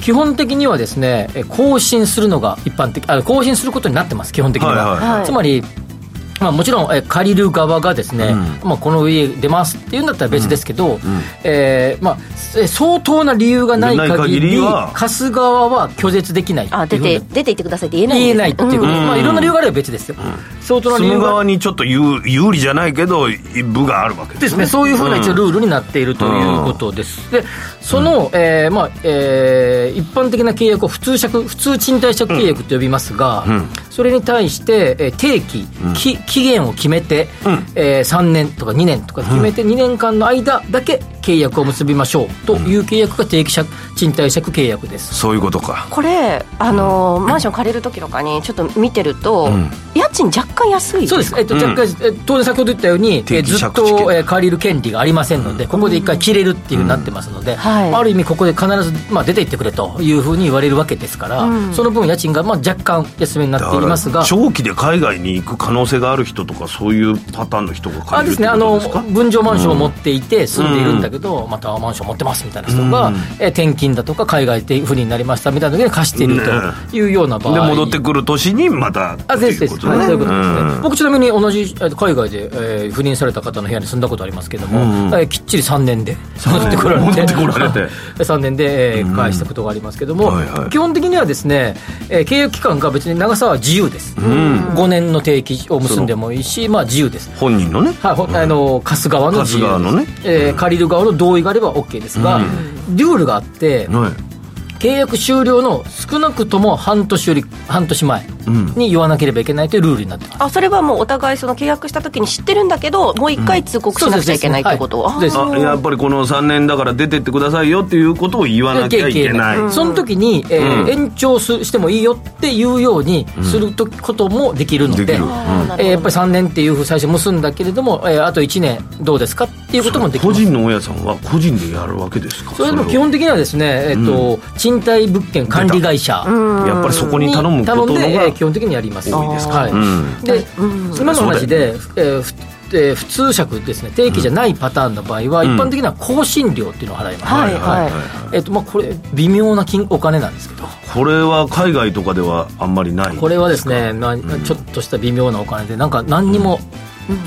Speaker 2: 基本的にはですね、えー更新するのが一般的、あ更新することになってます、基本的には。
Speaker 4: はいはい
Speaker 3: はい
Speaker 2: つまり、まあ、もちろん、えー借りる側がですね、まあ、この家出ますっていうんだったら別ですけど、えーまあ、えー相当な理由がない
Speaker 4: ない
Speaker 2: 限
Speaker 4: 限り
Speaker 2: り
Speaker 4: は
Speaker 2: 貸す側は拒絶できない
Speaker 6: あ
Speaker 2: ってい
Speaker 6: 出
Speaker 2: うふ
Speaker 6: て
Speaker 2: うに
Speaker 6: 出て行ってくださいって言えないんですね
Speaker 2: 言えないっていうこと、まあ、いろんな理由があれば別ですよ、相当な
Speaker 4: そ
Speaker 2: 理由
Speaker 4: の
Speaker 2: が
Speaker 4: 側にちょっと有有利じゃないけど部があるわけ
Speaker 2: ですね、そういうふうな一応ルールになっているということです、でその、えーまあえー一般的な契約を普通借普通賃貸借契約と呼びますが、それに対して、えー定期、き期限を決めて、え3年とか2年とか決めて、2年間の間だけ契約を結びましょうという契約が定期借賃貸借契約です。
Speaker 4: そういうことか
Speaker 6: これあのーマンション借りる時とかにちょっと見てると、家賃若干安い
Speaker 2: そうです、えっと若干え当然、先ほど言ったように、え
Speaker 4: 定期借
Speaker 2: ずっ
Speaker 4: 地権
Speaker 2: と、えー借りる権利がありませんので、ここで一回切れるっていうふうになってますので、
Speaker 6: はい
Speaker 2: ある意味、ここで必ず、まあ、出ていってくれというふうに言われるわけですから、その分、家賃が、まあ、若干安めになっていますが。
Speaker 4: 長期で海外に行く可能性がある人とかそういうパターンの人が
Speaker 2: あ
Speaker 4: 借
Speaker 2: れ
Speaker 4: り
Speaker 2: ですね、
Speaker 4: るって
Speaker 2: あ
Speaker 4: こと
Speaker 2: の
Speaker 4: ですか
Speaker 2: 分譲マンションを持っていて住んでいるんだけど、またマンション持ってますみたいな人が、えー転勤だとか海外で不利になりましたみたいな時に貸しているというような場合、
Speaker 4: で戻ってくる年にまた
Speaker 2: あ、
Speaker 4: って
Speaker 2: で
Speaker 4: い
Speaker 2: すで
Speaker 4: うこ
Speaker 2: す。
Speaker 4: とね
Speaker 2: はい、そういうことですね。
Speaker 4: うん
Speaker 2: 僕ちなみに同じえー海外で、えー不倫された方の部屋に住んだことありますけども、えーきっちり3年で戻ってこられて、
Speaker 4: 戻ってこられて
Speaker 2: 3年で、えー返したことがありますけども、
Speaker 4: はいはい
Speaker 2: 基本的にはですね、えー契約期間が別に長さは自由です。5年の定期を結んでもいいし、まあ自由です。
Speaker 4: 本人のね
Speaker 2: はいほ、あの貸す側の自由です
Speaker 4: 貸す側のね
Speaker 2: えー借りる側の同意があれば OK ですが、ルールがあって、
Speaker 4: はい
Speaker 2: 契約終了の少なくとも半年より半年前に言わなければいけないというルールになってます
Speaker 6: あそれはもうお互いその契約した時に知ってるんだけどもう一回通告しなくちゃいけないってこと、
Speaker 2: そうですそうですはいそうです
Speaker 6: あー
Speaker 4: あやっぱりこの3年だから出てってくださいよっていうことを言わなきゃいけない
Speaker 2: その時に、えー延長すしてもいいよっていうようにするとこともできるので,、
Speaker 4: できる
Speaker 6: あー
Speaker 2: えーやっぱり3年っていうふう最初結んだけれども、えーあと1年どうですかっていうこともでき
Speaker 4: 個
Speaker 2: ます
Speaker 4: 人の親さんは個人でやるわけですか
Speaker 2: それでも
Speaker 4: を
Speaker 2: 基本的にはですね、えーと賃貸物件管理会社
Speaker 4: やっぱりそこに
Speaker 2: に
Speaker 4: 頼むこと
Speaker 2: 頼
Speaker 4: の
Speaker 2: ん
Speaker 4: が
Speaker 2: で、えー基本的にやります
Speaker 4: 多いですか
Speaker 2: はい
Speaker 4: ん
Speaker 2: で今の話で、えーふえー普通借ですね定期じゃないパターンの場合は、一般的には更新料っていうのを払います、
Speaker 6: はいはい
Speaker 2: えっとまあ、これ微妙な金お金なんですけど
Speaker 4: これは海外とかではあんまりない
Speaker 2: これはですね、まあ、ちょっとした微妙なお金でなんか何にも、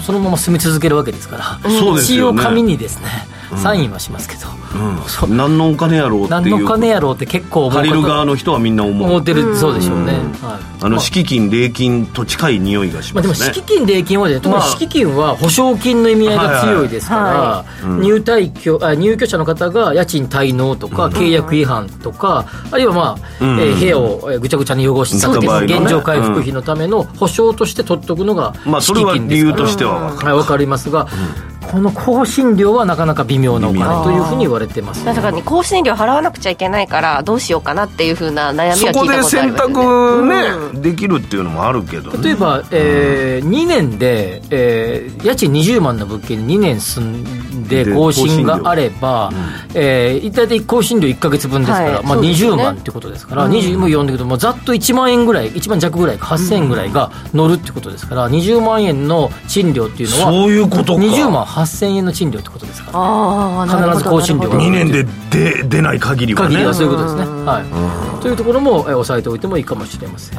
Speaker 2: そのまま住み続けるわけですから、
Speaker 4: そうです
Speaker 2: 一
Speaker 4: よ
Speaker 2: 応
Speaker 4: ね
Speaker 2: 紙にですねサインはしますけど、そう
Speaker 4: 何のお金やろうって
Speaker 2: 何
Speaker 4: い
Speaker 2: の
Speaker 4: う
Speaker 2: 金やろうって結構思う
Speaker 4: 借りる側の人はみんな思
Speaker 2: 思
Speaker 4: う
Speaker 2: ってるそうでしょうね、はい
Speaker 4: あの敷金礼金と近い匂いがし
Speaker 2: ま
Speaker 4: ま
Speaker 2: あ、
Speaker 4: す
Speaker 2: で
Speaker 4: ね
Speaker 2: も敷金、礼金はじゃない、特に敷金は保証金の意味合いが強いですから、入退去あ入居者の方が家賃滞納とか、契約違反とか、あるいは、まあえー部屋をえーぐちゃぐちゃに汚したと
Speaker 4: そうです
Speaker 2: か、
Speaker 4: ね
Speaker 2: 現状回復費のための保証として取っとくのが
Speaker 4: まあそれは
Speaker 2: 敷金ですから
Speaker 4: 理由としてはわか
Speaker 2: はいわかりますが、この更新料はなかなか微妙なお
Speaker 4: 微妙
Speaker 2: 金というふうに言われてます、
Speaker 6: だからね更新料払わなくちゃいけないからどうしようかなっていうふうな悩み
Speaker 4: そ
Speaker 6: は
Speaker 4: こ
Speaker 6: 聞いた
Speaker 4: で
Speaker 6: ことあり
Speaker 4: 選
Speaker 6: ますよね
Speaker 4: 択ね、できるっていうのもあるけど、ね、
Speaker 2: 例えば、えー2年で、えー家賃20万の物件に2年住んで
Speaker 4: で
Speaker 2: 更新があれば、えー一体的更新料1か月分ですから、
Speaker 6: はい
Speaker 2: まあ、
Speaker 6: そうですよ
Speaker 2: 20
Speaker 6: ね
Speaker 2: 万ってことですから、20も読んでくるともうざっと1万円ぐらい1万弱ぐらいか8000円ぐらいが乗るってことですから20万円の賃料っていうのは
Speaker 4: そういうことか
Speaker 2: 20万8000円の賃料ってことですから
Speaker 6: あーなるほ
Speaker 2: 必ず
Speaker 6: ど
Speaker 2: 更新料が
Speaker 4: 2年で出出ない限りは
Speaker 2: 限
Speaker 4: ね
Speaker 2: りはそういうことですね、はい、というところも、えー押さえておいてもいいかもしれません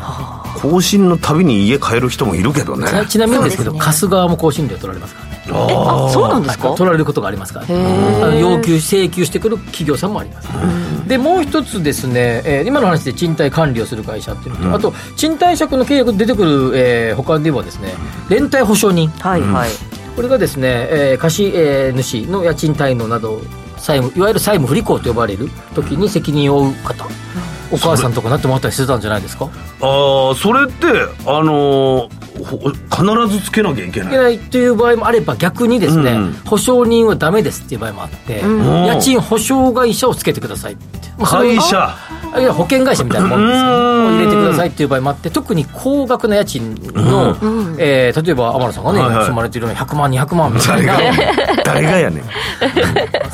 Speaker 4: 更新のたびに家変える人もいるけどね
Speaker 2: ちなちなみにですけど
Speaker 6: そうですね
Speaker 2: 貸す側も更新料取られますからね
Speaker 6: えあそうなんですか
Speaker 2: 取られることがありますからねあの要求請求してくる企業さんもありますでもう一つですね、えー今の話で賃貸管理をする会社っていうのと、あと賃貸借の契約で出てくる、えー他ではですね連帯保証人
Speaker 6: はいはい、
Speaker 2: これがですね、えー貸し、えー主の家賃滞納など債務いわゆる債務不履行と呼ばれる時に責任を負う方お母さんとかなってもらったりしてたんじゃないですか
Speaker 4: ああそれってあのーほ必ずつけなきゃいけ
Speaker 2: い
Speaker 4: な
Speaker 2: け
Speaker 4: い
Speaker 2: ないという場合もあれば逆にですね、
Speaker 4: うん
Speaker 2: 保証人はダメですっていう場合もあって、
Speaker 4: ん
Speaker 2: 家賃保証会社をつけてくださいって、まあそれ
Speaker 4: 会社
Speaker 2: あるいは保険会社みたいなもんですよ
Speaker 4: うん
Speaker 2: ね、を入れてくださいっていう場合もあって特に高額な家賃の、えー例えば天野さんがね、
Speaker 4: はいはい
Speaker 2: 住まれているのに100万200万みたい
Speaker 4: 誰
Speaker 2: な
Speaker 4: が 誰がやねん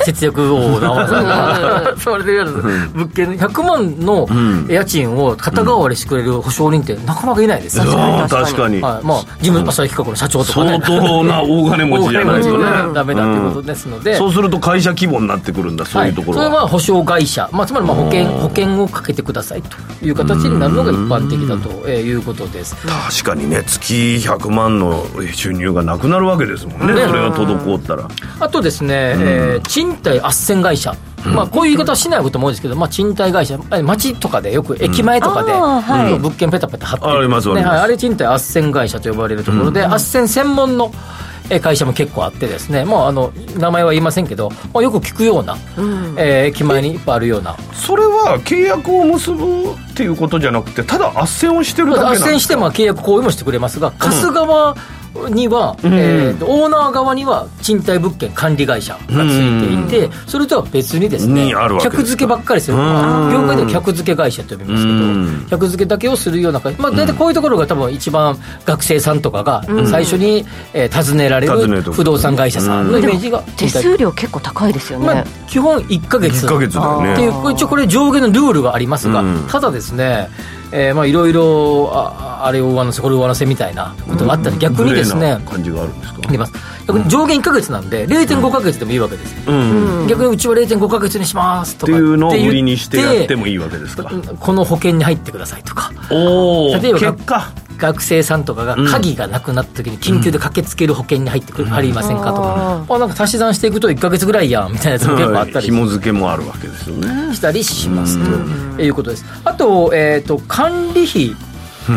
Speaker 2: 節約王の天野さん が住まれてるような物件100万の家賃を肩代わりしてくれる保証人ってなかなかいないですよ、
Speaker 4: あー確かに
Speaker 2: はいまあ、事務朝日企画の社長とかね
Speaker 4: 相当な大金持ちじゃな
Speaker 2: 大金持
Speaker 4: いと
Speaker 2: ちじゃ
Speaker 4: ね
Speaker 2: ダメだっていうことですので、
Speaker 4: そうすると会社規模になってくるんだそういうところ
Speaker 2: はい、それは保証会社、まあ、つまりまあ保険保険をかけてくださいという形になるのが一般般的だとえーいうことです。
Speaker 4: 確かにね月100万の収入がなくなるわけですもんね
Speaker 2: ね
Speaker 4: それが滞ったら
Speaker 2: あとですね、えー賃貸斡旋会社、まあ、こういう言い方はしないことも多いですけど、まあ、賃貸会社、え街とかでよく駅前とかで、
Speaker 3: うんあーはい
Speaker 2: 物件ペタペタ貼ってる
Speaker 4: ありますあり
Speaker 2: ね
Speaker 4: ます
Speaker 2: はいあれ賃貸斡旋会社と呼ばれるところで、斡旋専門のえー会社も結構あってですね、もうあの名前は言いませんけど、まあ、よく聞くような、えー駅前にいっぱいあるような、
Speaker 4: それは契約を結ぶっていうことじゃなくてただ斡旋をしてるだけなん
Speaker 2: 斡
Speaker 4: ですか
Speaker 2: 旋してまあ契約行為もしてくれますが、貸す側には、えーオーナー側には賃貸物件管理会社がついていて、それとは別にですね
Speaker 4: にあるわけですか
Speaker 2: 客付けばっかりするから業界では客付け会社と呼びますけど、
Speaker 4: うん
Speaker 2: 客付けだけをするような会社、まあ、大体こういうところが多分一番学生さんとかが最初に、えー訪ねられ
Speaker 4: 訪ね
Speaker 2: る
Speaker 4: るとこ
Speaker 2: 不動産会社さんのイメージが
Speaker 3: 手
Speaker 2: 賃貸
Speaker 3: 数料結構高いですよね、
Speaker 2: まあ、基本1ヶ月
Speaker 4: 1ヶ月だよね
Speaker 2: っていうこれ一応これ上下のルールがありますが、ただですね、えーまあいろいろああれを上乗せこれを上乗せみたいなことがあったり、逆にです
Speaker 4: グレー
Speaker 2: ね
Speaker 4: な感じがあるんですか
Speaker 2: あります逆に上限1ヶ月なんで0.5ヶ月でもいいわけです、逆にうちは0.5ヶ月にしますと
Speaker 4: って
Speaker 2: か
Speaker 4: いうのを
Speaker 2: 言
Speaker 4: 売りにしてやっても
Speaker 2: い
Speaker 4: いいわけですか
Speaker 2: この保険に入ってくださいとか
Speaker 4: おお
Speaker 2: 例えば
Speaker 4: 結果
Speaker 2: 学生さんとかが鍵がなくなった時に緊急で駆けつける保険に入ってくる、ありませんかとか、あなんか足し算していくと1ヶ月ぐらいやんみたいなやつも結構あったりして
Speaker 4: 紐付けもあるわけですよね
Speaker 2: したりしますということです。あと、えっ、と、管理費。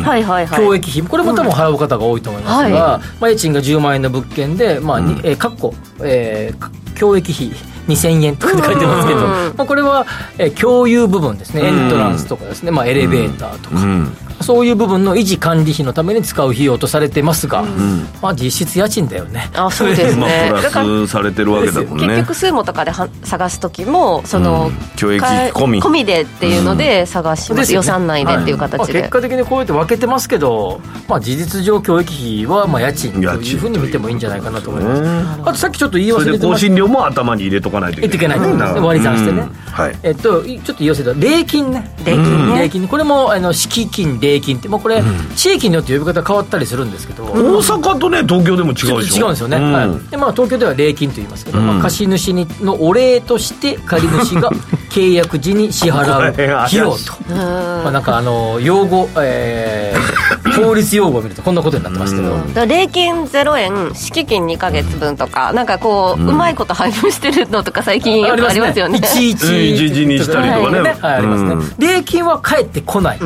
Speaker 3: はいはいはい
Speaker 2: 教育費、これも多分払う方が多いと思いますが、まあ、家賃が10万円の物件で、まあにえーかっこえーか教育費2000円とかって書いてますけど、まあ、これは、えー共有部分ですね、エントランスとかですね、まあ、エレベーターとか、そういう部分の維持管理費のために使う費用とされてますが、まあ、実質家賃だよね。
Speaker 3: あそうです
Speaker 4: ま
Speaker 3: ね
Speaker 4: あプ
Speaker 3: だから
Speaker 4: ラスされてるわけだもん
Speaker 3: 結
Speaker 4: ね
Speaker 3: 局数もとかでは探す時もその、
Speaker 4: 教育費込み
Speaker 3: 込みでっていうので探し
Speaker 2: で
Speaker 3: ますす、
Speaker 2: よね
Speaker 3: 予算内でっていう
Speaker 2: まあ、
Speaker 3: 形で、
Speaker 2: 結果的にこうやって分けてますけど、まあ、事実上教育費はまあ家賃と
Speaker 4: 家
Speaker 2: いう
Speaker 4: 賃
Speaker 2: ふうに見てもいいんじゃないかなと思います
Speaker 4: という
Speaker 2: あとさっきちょっと言い
Speaker 4: そ
Speaker 2: 忘
Speaker 4: れ
Speaker 2: れ
Speaker 4: で
Speaker 2: て
Speaker 4: 更
Speaker 2: ました
Speaker 4: 新料も頭に入れとかないとい
Speaker 2: 言っていけ
Speaker 4: け
Speaker 2: な
Speaker 4: ないい
Speaker 2: と、割り算してね、
Speaker 4: うんはい
Speaker 2: えっと、いちょっと言い忘れた礼金ね
Speaker 3: 礼金ね
Speaker 2: 礼金これもあの敷金礼金ってもうこれ、地域によって呼び方変わったりするんですけど、
Speaker 4: 大阪とね東京でも違うでしょ
Speaker 2: 違うんですよね、はいでまあ、東京では礼金と言いますけど、まあ、貸主にのお礼として借り主 が契約時に支払う
Speaker 4: これ怪
Speaker 2: 費
Speaker 4: しい
Speaker 2: 用と、まあ、なんかあの用語、えー法律用語を見るとこんなことになってますけど、
Speaker 3: だから礼金0円敷金2か月分とかなんかこう、うまいこと配分してるのとか最近よくありますよ
Speaker 2: 11
Speaker 3: ね
Speaker 4: うん11にしたりとかね
Speaker 2: はい、ありますね。礼金は返ってこない。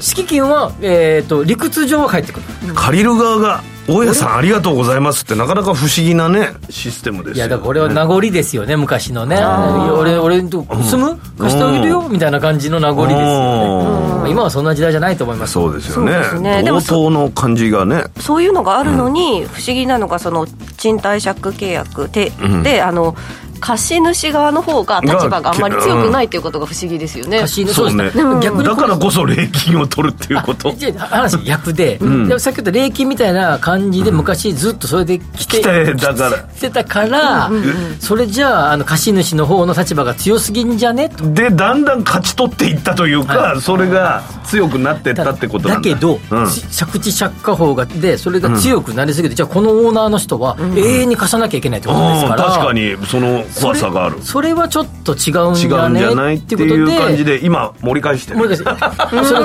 Speaker 2: 敷金は、えっ、と、理屈上は返ってくる。
Speaker 4: 借りる側が大家さんありがとうございますってなかなか不思議なねシステムですよ
Speaker 2: いや、だから俺は名残ですよね、昔のね。俺、俺のとこ住む貸してあげるよみたいな感じの名残ですよね。まあ今はそんな時代じゃないと思います。
Speaker 4: そうですよね
Speaker 3: そうですねで
Speaker 4: 同
Speaker 3: もそ
Speaker 4: 等の感じがね
Speaker 3: そういうのがあるのに、不思議なのがその賃貸借契約で,、であの貸主側の方が立場があんまり強くないということが不思議ですよね、
Speaker 2: 貸し主
Speaker 4: そうね
Speaker 2: 逆に
Speaker 4: だからこそ礼金を取るっていうこと
Speaker 2: じゃあ話逆で、でもさっき言った礼金みたいな感じで昔ずっとそれで来て
Speaker 4: 来て だから
Speaker 2: 来てたから、それじゃああの貸主の方の立場が強すぎんじゃねと
Speaker 4: でだんだん勝ち取っていったというか、
Speaker 2: はい
Speaker 4: それが強くなってったってことなんだ
Speaker 2: けど、
Speaker 4: うん
Speaker 2: し借地借家法がでそれが強くなりすぎて、じゃあこのオーナーの人は永遠に貸さなきゃいけないってことです
Speaker 4: うん
Speaker 2: か
Speaker 4: 確
Speaker 2: ら、
Speaker 4: かにその怖さがある
Speaker 2: それはちょっと違うん
Speaker 4: 違
Speaker 2: だ
Speaker 4: うんじゃな
Speaker 2: ね
Speaker 4: いっ
Speaker 2: ってて
Speaker 4: い
Speaker 2: いううこと
Speaker 4: 感じ
Speaker 2: で
Speaker 4: で今盛り返してる
Speaker 2: もう一回それ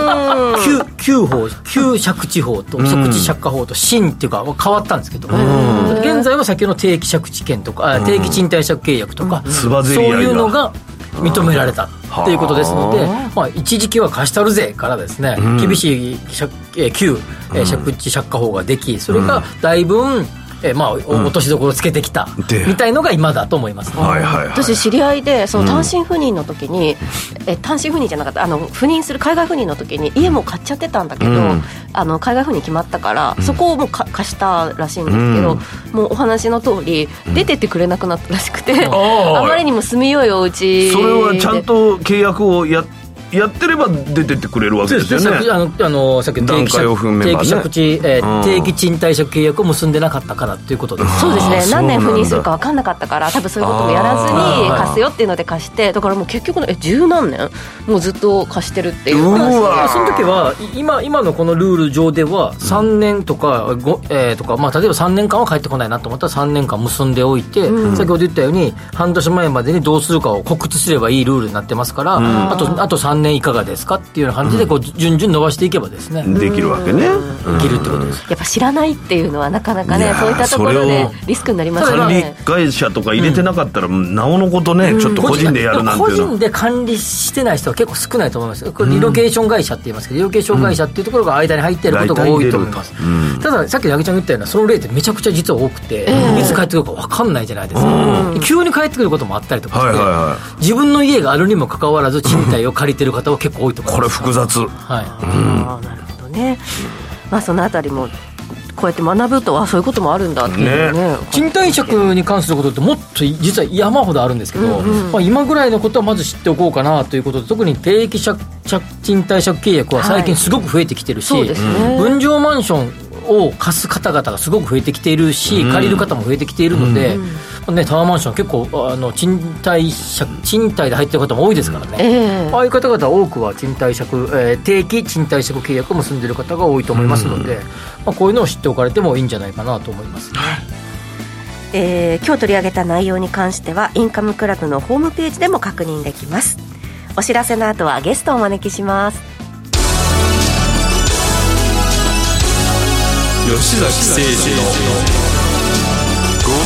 Speaker 2: 旧旧法旧借地法と即地借家法と新っていうかは変わったんですけど現在は先の定期借地権とかあ定期賃貸借契約とか
Speaker 4: つ
Speaker 2: そ
Speaker 4: ば
Speaker 2: う
Speaker 4: ぜり合いが
Speaker 2: いうのが認められたっていうことですので、まあ、一時期は貸したるぜからですね、厳しい借えー旧えー借地借家法ができそれがだいぶん、えーまあ、お落としどころつけてきた
Speaker 4: で
Speaker 2: みたいのが今だと思います、
Speaker 4: はいはいはい
Speaker 3: 私知り合いでその単身赴任の時に、え単身赴任じゃなかったあの赴任する海外赴任の時に家も買っちゃってたんだけど、あの海外赴任決まったから、そこをもうか貸したらしいんですけど、もうお話の通り出てってくれなくなったらしくて、
Speaker 4: ー
Speaker 3: あまりにも住みよいお家で
Speaker 4: それはちゃんと契約をややってれば出てってくれるわけですよ
Speaker 2: さっき
Speaker 4: ね
Speaker 2: あのあのさっきの定期
Speaker 4: 段階を踏め
Speaker 2: 借
Speaker 4: ばね
Speaker 2: 定期借地、えー
Speaker 4: うん
Speaker 2: 定期賃貸借契約を結んでなかったからっていうことです。
Speaker 3: そうです
Speaker 4: あー
Speaker 3: ね
Speaker 4: そうなん
Speaker 3: 何
Speaker 4: だ
Speaker 3: 年赴任するか分かんなかったから多分そういうこともやらずに
Speaker 2: あー
Speaker 3: 貸すよっていうので貸してだからもう結局のえ十何年もうずっと貸してるっていう
Speaker 4: う
Speaker 3: 話で
Speaker 4: わ
Speaker 2: その時はい今今のこのルール上では3年とか,、ごえーとかまあ、例えば3年間は帰ってこないなと思ったら3年間結んでおいて、先ほど言ったように半年前までにどうするかを告知すればいいルールになってますから、あとあと3年いかがですかっていうような感じでこう順々伸ばしていけばですね、
Speaker 4: できるわけね、うん
Speaker 2: いけるってことです
Speaker 6: やっぱ知らないっていうのはなかなか
Speaker 4: い
Speaker 6: ね
Speaker 4: やー
Speaker 6: そういったところ
Speaker 4: それ
Speaker 6: で
Speaker 4: を
Speaker 6: リスクになりますよ
Speaker 4: 管理
Speaker 6: ね
Speaker 4: 会社とか入れてなかったら、なおのことね、ちょっと個人でやるなんて
Speaker 2: 個
Speaker 4: いうの
Speaker 2: 人で管理してない人は結構少ないと思いますこれリロケーション会社って言いますけどリロケーション会社っていうところが間に入っていることが多いと思います、たださっき八木ちゃんが言ったようなその例ってめちゃくちゃ実は多くて、いつ帰ってくるか分かんないじゃないですか、急に帰ってくることもあったりとかして、
Speaker 4: はいはいは
Speaker 2: 自分の家があるにもかかわらず賃貸を借りてる方は結構多いと思い
Speaker 4: こ
Speaker 2: ま
Speaker 4: れ
Speaker 2: す
Speaker 4: 複雑
Speaker 2: はい
Speaker 6: あーなるほどねまあそのあたりもこうやって学ぶとあそういうこともあるんだっていうね
Speaker 4: ね
Speaker 2: 賃貸借に関することってもっと実は山ほどあるんですけど、まあ、今ぐらいのことはまず知っておこうかなということで特に定期借借賃貸借契約は最近すごく増えてきてるし、
Speaker 6: そうですね
Speaker 2: 分譲マンションを貸す方々がすごく増えてきているし、借りる方も増えてきているので、ね、タワーマンション結構あの賃貸借賃貸で入ってる方も多いですからね、
Speaker 6: ええ
Speaker 2: ああいう方々は多くは賃貸借、えー定期賃貸借契約を結んでいる方が多いと思いますので、まあ、こういうのを知っておかれてもいいんじゃないかなと思います、ね
Speaker 3: えー今日取り上げた内容に関してはインカムクラブのホームページでも確認できますお知らせの後はゲストをお招きします
Speaker 5: 吉崎誠二の5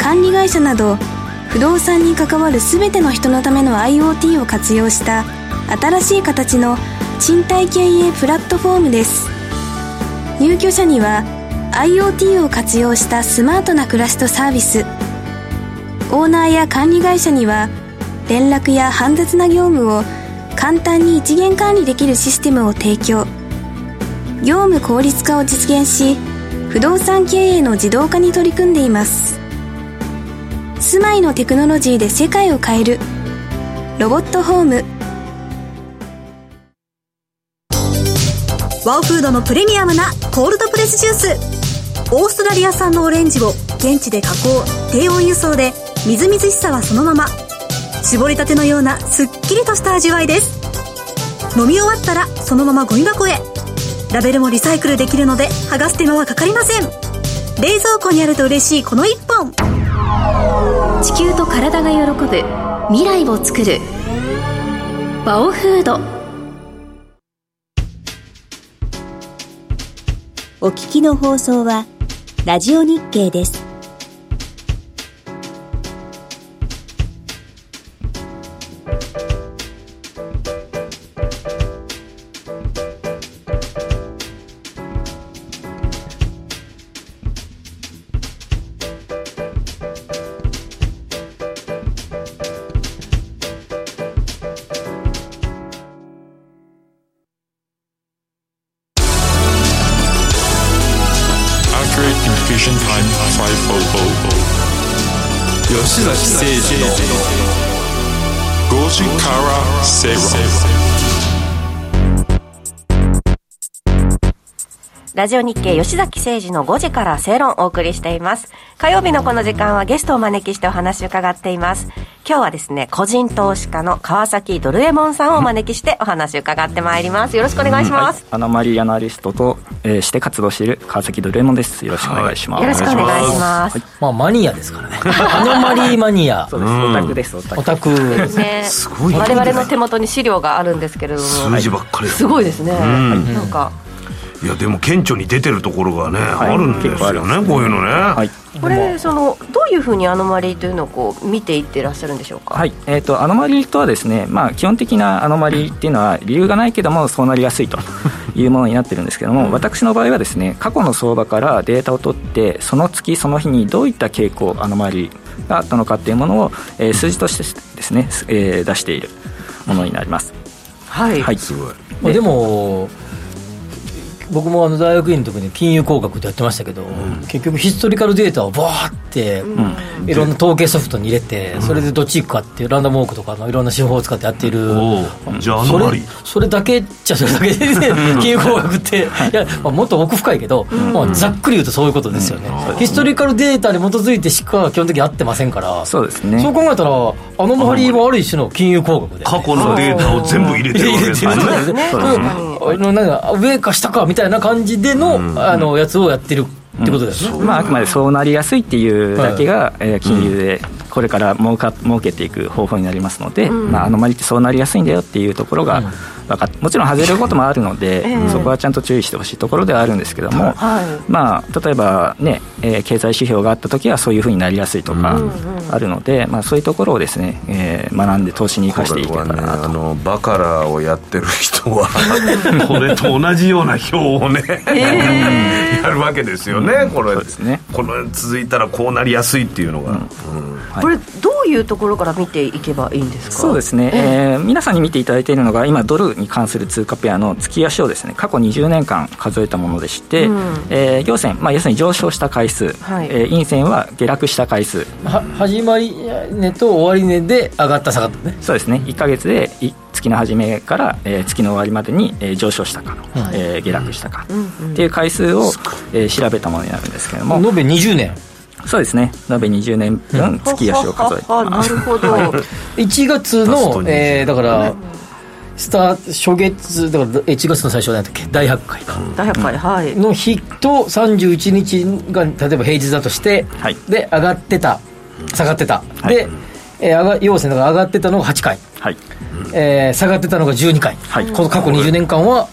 Speaker 7: 管理会社など不動産に関わる全ての人のための IoT を活用した新しい形の賃貸経営プラットフォームです入居者には IoT を活用したスマートな暮らしとサービスオーナーや管理会社には連絡や煩雑な業務を簡単に一元管理できるシステムを提供業務効率化を実現し不動産経営の自動化に取り組んでいます住まいのテクノロジーで世界を変えるロボットホーム
Speaker 8: ワオフードのプレミアムなコールドプレスジュースオーストラリア産のオレンジを現地で加工低温輸送でみずみずしさはそのまま絞りたてのようなすっきりとした味わいです飲み終わったらそのままゴミ箱へラベルもリサイクルできるので剥がす手間はかかりません冷蔵庫にあると嬉しいこの一本
Speaker 9: 地球と体が喜ぶ未来を作るバオフード
Speaker 7: お聞きの放送はラジオ日経です
Speaker 5: Accurate Communication Time 500吉崎誠二の5時から正論
Speaker 3: ラジオ日経吉崎誠二の5時から正論をお送りしています。火曜日のこの時間はゲストをお招きしてお話を伺っています。今日はですね、個人投資家の川崎ドルエモンさんをお招きしてお話を伺ってまいります。よろしくお願いします。
Speaker 10: アナマリアナリストと、えーして活動している川崎ドルエモンです。よろしくお願いします。
Speaker 3: よろしくお願いします。
Speaker 2: まあ、マニアですからね。アノマリーマニア。
Speaker 10: そうです。オタクです。オタ
Speaker 2: オ
Speaker 10: ク。
Speaker 2: タク。
Speaker 6: ね、
Speaker 4: ごいね
Speaker 6: 我々の手元に資料があるんですけれども
Speaker 4: 数字ばっかりだ
Speaker 6: すごいですね、なんか
Speaker 4: いやでも顕著に出てるところがね、
Speaker 10: はい
Speaker 4: あるんです
Speaker 10: 結構あり
Speaker 4: よ
Speaker 10: ま
Speaker 4: ねこういうのね、
Speaker 10: はい。
Speaker 6: これそのどういうふうにアノマリーというのをこう見ていってらっしゃるんでしょうか、
Speaker 10: はい。えっ、と、アノマリーとはですね、まあ、基本的なアノマリーっていうのは、理由がないけども、そうなりやすい というものになってるんですけども、私の場合はですね、過去の相場からデータを取って、その月、その日にどういった傾向、アノマリーがあったのかっていうものを、えー数字としてですね、すえー出しているものになります。
Speaker 6: はい
Speaker 10: はい。
Speaker 4: すごい
Speaker 2: まあでも、僕もあの大学院の時に金融工学ってやってましたけど、結局ヒストリカルデータをバーって、いろんな統計ソフトに入れて、それでどっち行くかっていうランダムウォークとかのいろんな手法を使ってやっている、
Speaker 4: おーじゃああの
Speaker 2: そ
Speaker 4: あ
Speaker 2: れ
Speaker 4: り
Speaker 2: それだけじゃそれだけで、金融工学って、いやまあ、もっと奥深いけど、まあ、ざっくり言うとそういうことですよね、ヒストリカルデータに基づいてしか基本的に合ってませんから
Speaker 10: そうですね
Speaker 2: そう考えたらあの周りはある一種の金融工学で、
Speaker 4: 過去のデータを全部入れてるわけですね
Speaker 2: 入れてる
Speaker 6: ね
Speaker 2: そう
Speaker 6: 確かに
Speaker 2: あのなんか上か下かみたいな感じでの,、あのやつをやってるってことですね、
Speaker 10: まあ、あくまでそうなりやすいっていうだけが、えー金融でこれから儲か儲けていく方法になりますので、まあ、アノマリってそうなりやすいんだよっていうところが分かっもちろん外れることもあるの で、そこはちゃんと注意してほしいところではあるんですけども、まあ、例えば、ねえー経済指標があった時はそういうふうになりやすいとかあるので、まあ、そういうところをですね、えー学んで投資に生かしていけ
Speaker 11: こ
Speaker 10: た
Speaker 11: れ
Speaker 10: ら
Speaker 11: はね
Speaker 10: なと
Speaker 11: あのバカラをやってる人は
Speaker 4: これと同じような表をね、 やるわけですよね、これ
Speaker 10: そうですね
Speaker 4: これ続いたらこうなりやすいっていうのが、
Speaker 10: はい
Speaker 6: これどういうところから見ていけばいいんですか
Speaker 10: そうですね、えー皆さんに見ていただいているのが今ドルに関する通貨ペアの月足をですね過去20年間数えたものでして、えー行線、まあ、要するに上昇した回数、
Speaker 6: はい
Speaker 10: えー陰線は下落した回数
Speaker 2: は始まり値と終値で上がった下がったね
Speaker 10: そうですね1か月でい月の初めから、えー月の終わりまでに、えー上昇したか、えー下落したか、っていう回数を、えー調べたものになるんですけれども、
Speaker 2: 延べ20年
Speaker 10: そうですね延べ20年分月足を数えてい
Speaker 6: あな
Speaker 10: ます
Speaker 6: るほど、
Speaker 2: 1月
Speaker 4: ラスト
Speaker 2: の
Speaker 4: 20、
Speaker 2: えーだからスター初月だから1月の最初は何だっけ第100回か
Speaker 6: 大発会はい、
Speaker 2: の日と31日が例えば平日だとして、
Speaker 10: はい
Speaker 2: で上がってた下がってた、
Speaker 10: はい
Speaker 2: で、えー上が要請だから上がってたのが8回、
Speaker 10: はい
Speaker 2: えー下がってたのが12回、
Speaker 10: はい
Speaker 2: この過去20年間は、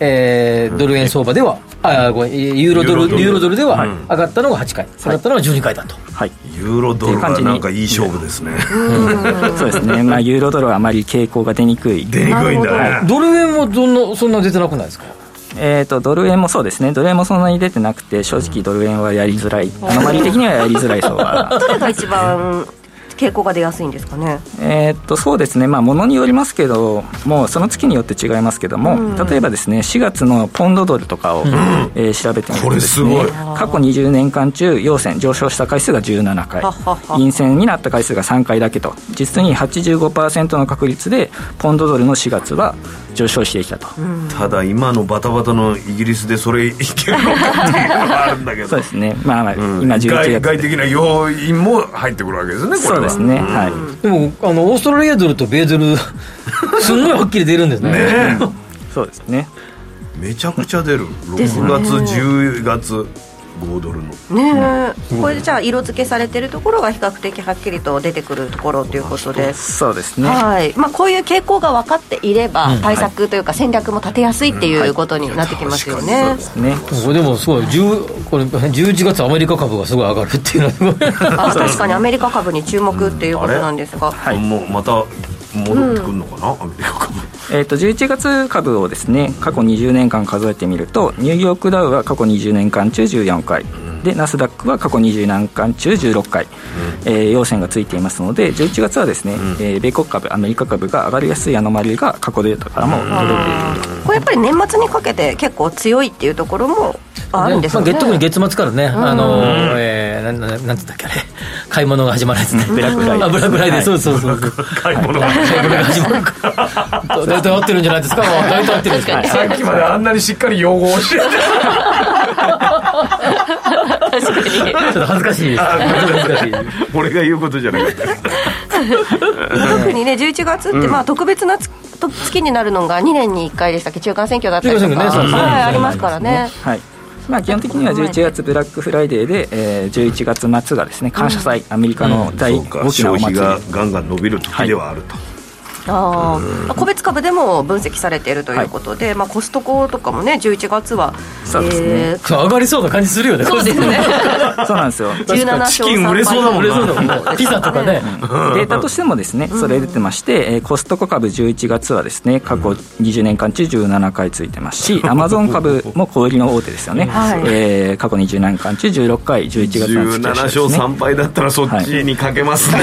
Speaker 2: えードル円相場では、あーごめんユーロドルユーロドルでは上がったのが8回、下がったのが12回だと、
Speaker 10: はい
Speaker 4: ユーロドルはなんかいい勝負ですね
Speaker 10: そうですね、まあ、ユーロドルはあまり傾向が出にくい
Speaker 4: 出にくいんだね
Speaker 2: ドル円はどんなそんな出てなくないですか
Speaker 10: えー、とドル円もそうですね、ドル円もそんなに出てなくて、正直、ドル円はやりづらい、あまり的にはやりづらい相 場、
Speaker 6: どれが一番傾向が出やすいんですかね
Speaker 10: えーとそうですね、まあ、ものによりますけど、もうその月によって違いますけども、例えばですね、4月のポンドドルとかを、えー調べてみるとです、ね、
Speaker 4: これす
Speaker 10: 過去20年間中、陽線、上昇した回数が17回
Speaker 6: ははは、
Speaker 10: 陰線になった回数が3回だけと、実に85%の確率で、ポンドドルの4月は上昇してきたと。
Speaker 4: ただ今のバタバタのイギリスでそれいけるのかっていうのがあるんだけど
Speaker 10: そうですね、まあまあ、
Speaker 4: うん
Speaker 10: 今11
Speaker 4: 外
Speaker 10: 月
Speaker 4: 外的な要因も入ってくるわけですねこれは
Speaker 10: そうですね、はい。
Speaker 2: でもあのオーストラリアドルと米ドルすんごいはっきり出るんですね
Speaker 4: ね
Speaker 10: そうですね。
Speaker 4: えめちゃくちゃ出る6月10月5ドルの
Speaker 6: ねえ、これじゃあ色付けされてるところが比較的はっきりと出てくるところということです
Speaker 10: そうですね。
Speaker 6: はいまあ、こういう傾向が分かっていれば対策というか戦略も立てやすいっていうことになってきますよね、
Speaker 10: ね。
Speaker 2: これでもすごい10これ11月アメリカ株がすごい上がるっていうのはすごい
Speaker 6: あ確かにアメリカ株に注目っていうことなんですが、
Speaker 10: い
Speaker 4: もうまた戻ってくるのかな、アメリカ株
Speaker 10: えっ、と11月株をですね、過去20年間数えてみると、ニューヨークダウは過去20年間中14回。でナスダックは過去20年間中16回、えー、陽線がついていますので11月はですね、えー米国株アメリカ株が上がりやすいアノマリーが過去データからも取れている
Speaker 6: これやっぱり年末にかけて結構強いっていうところもあるんですよね、
Speaker 2: まあ、特に月末からね、あのーえー、なんなんなんつったっけあれ買い物が始まるやつねブ
Speaker 10: ラックフライデー
Speaker 2: ブラックフライデー
Speaker 10: はい
Speaker 2: そうそうそうそう
Speaker 4: 買い物が
Speaker 2: 始まるから大体合ってるんじゃないですかもう大体合ってるんですか
Speaker 4: さっきまであんなにしっかり用語を教えて
Speaker 2: ちょっと恥ずかしいです恥ずかしい
Speaker 4: 俺が言うことじゃなかった
Speaker 6: 特にね11月ってまあ特別なつと月になるのが2年に1回でしたっけ中間選挙だったりとか、
Speaker 2: 中間選挙ねそうですね
Speaker 6: はい、ありますからね
Speaker 10: はいまあ、基本的には11月ブラックフライデーで、えー、11月末がですね感謝祭、アメリカの大
Speaker 4: そうか
Speaker 10: 大きな
Speaker 4: 消
Speaker 10: お
Speaker 4: 費
Speaker 10: 祭り
Speaker 4: がガンガン伸びる時ではあると、
Speaker 6: あー個別株でも分析されているということで、まあ、コストコとかもね11月は
Speaker 10: そうですね
Speaker 6: えー
Speaker 2: そう上がりそうな感じするよね
Speaker 6: そうですね
Speaker 10: そうなんですよ
Speaker 6: 17勝
Speaker 4: チキン売れそうだもんな
Speaker 2: 売れそうだもん ねピザとかね
Speaker 10: データとしてもですね、それ出てまして、えーコストコ株11月はですね、過去20年間中17回ついてますし、アマゾン株も小売りの大手ですよね、
Speaker 6: はい
Speaker 10: えー過去20年間中16回、11月の
Speaker 4: 17
Speaker 10: 月足
Speaker 4: 勝
Speaker 10: ですね。
Speaker 4: 3敗だったらそっちにかけますね、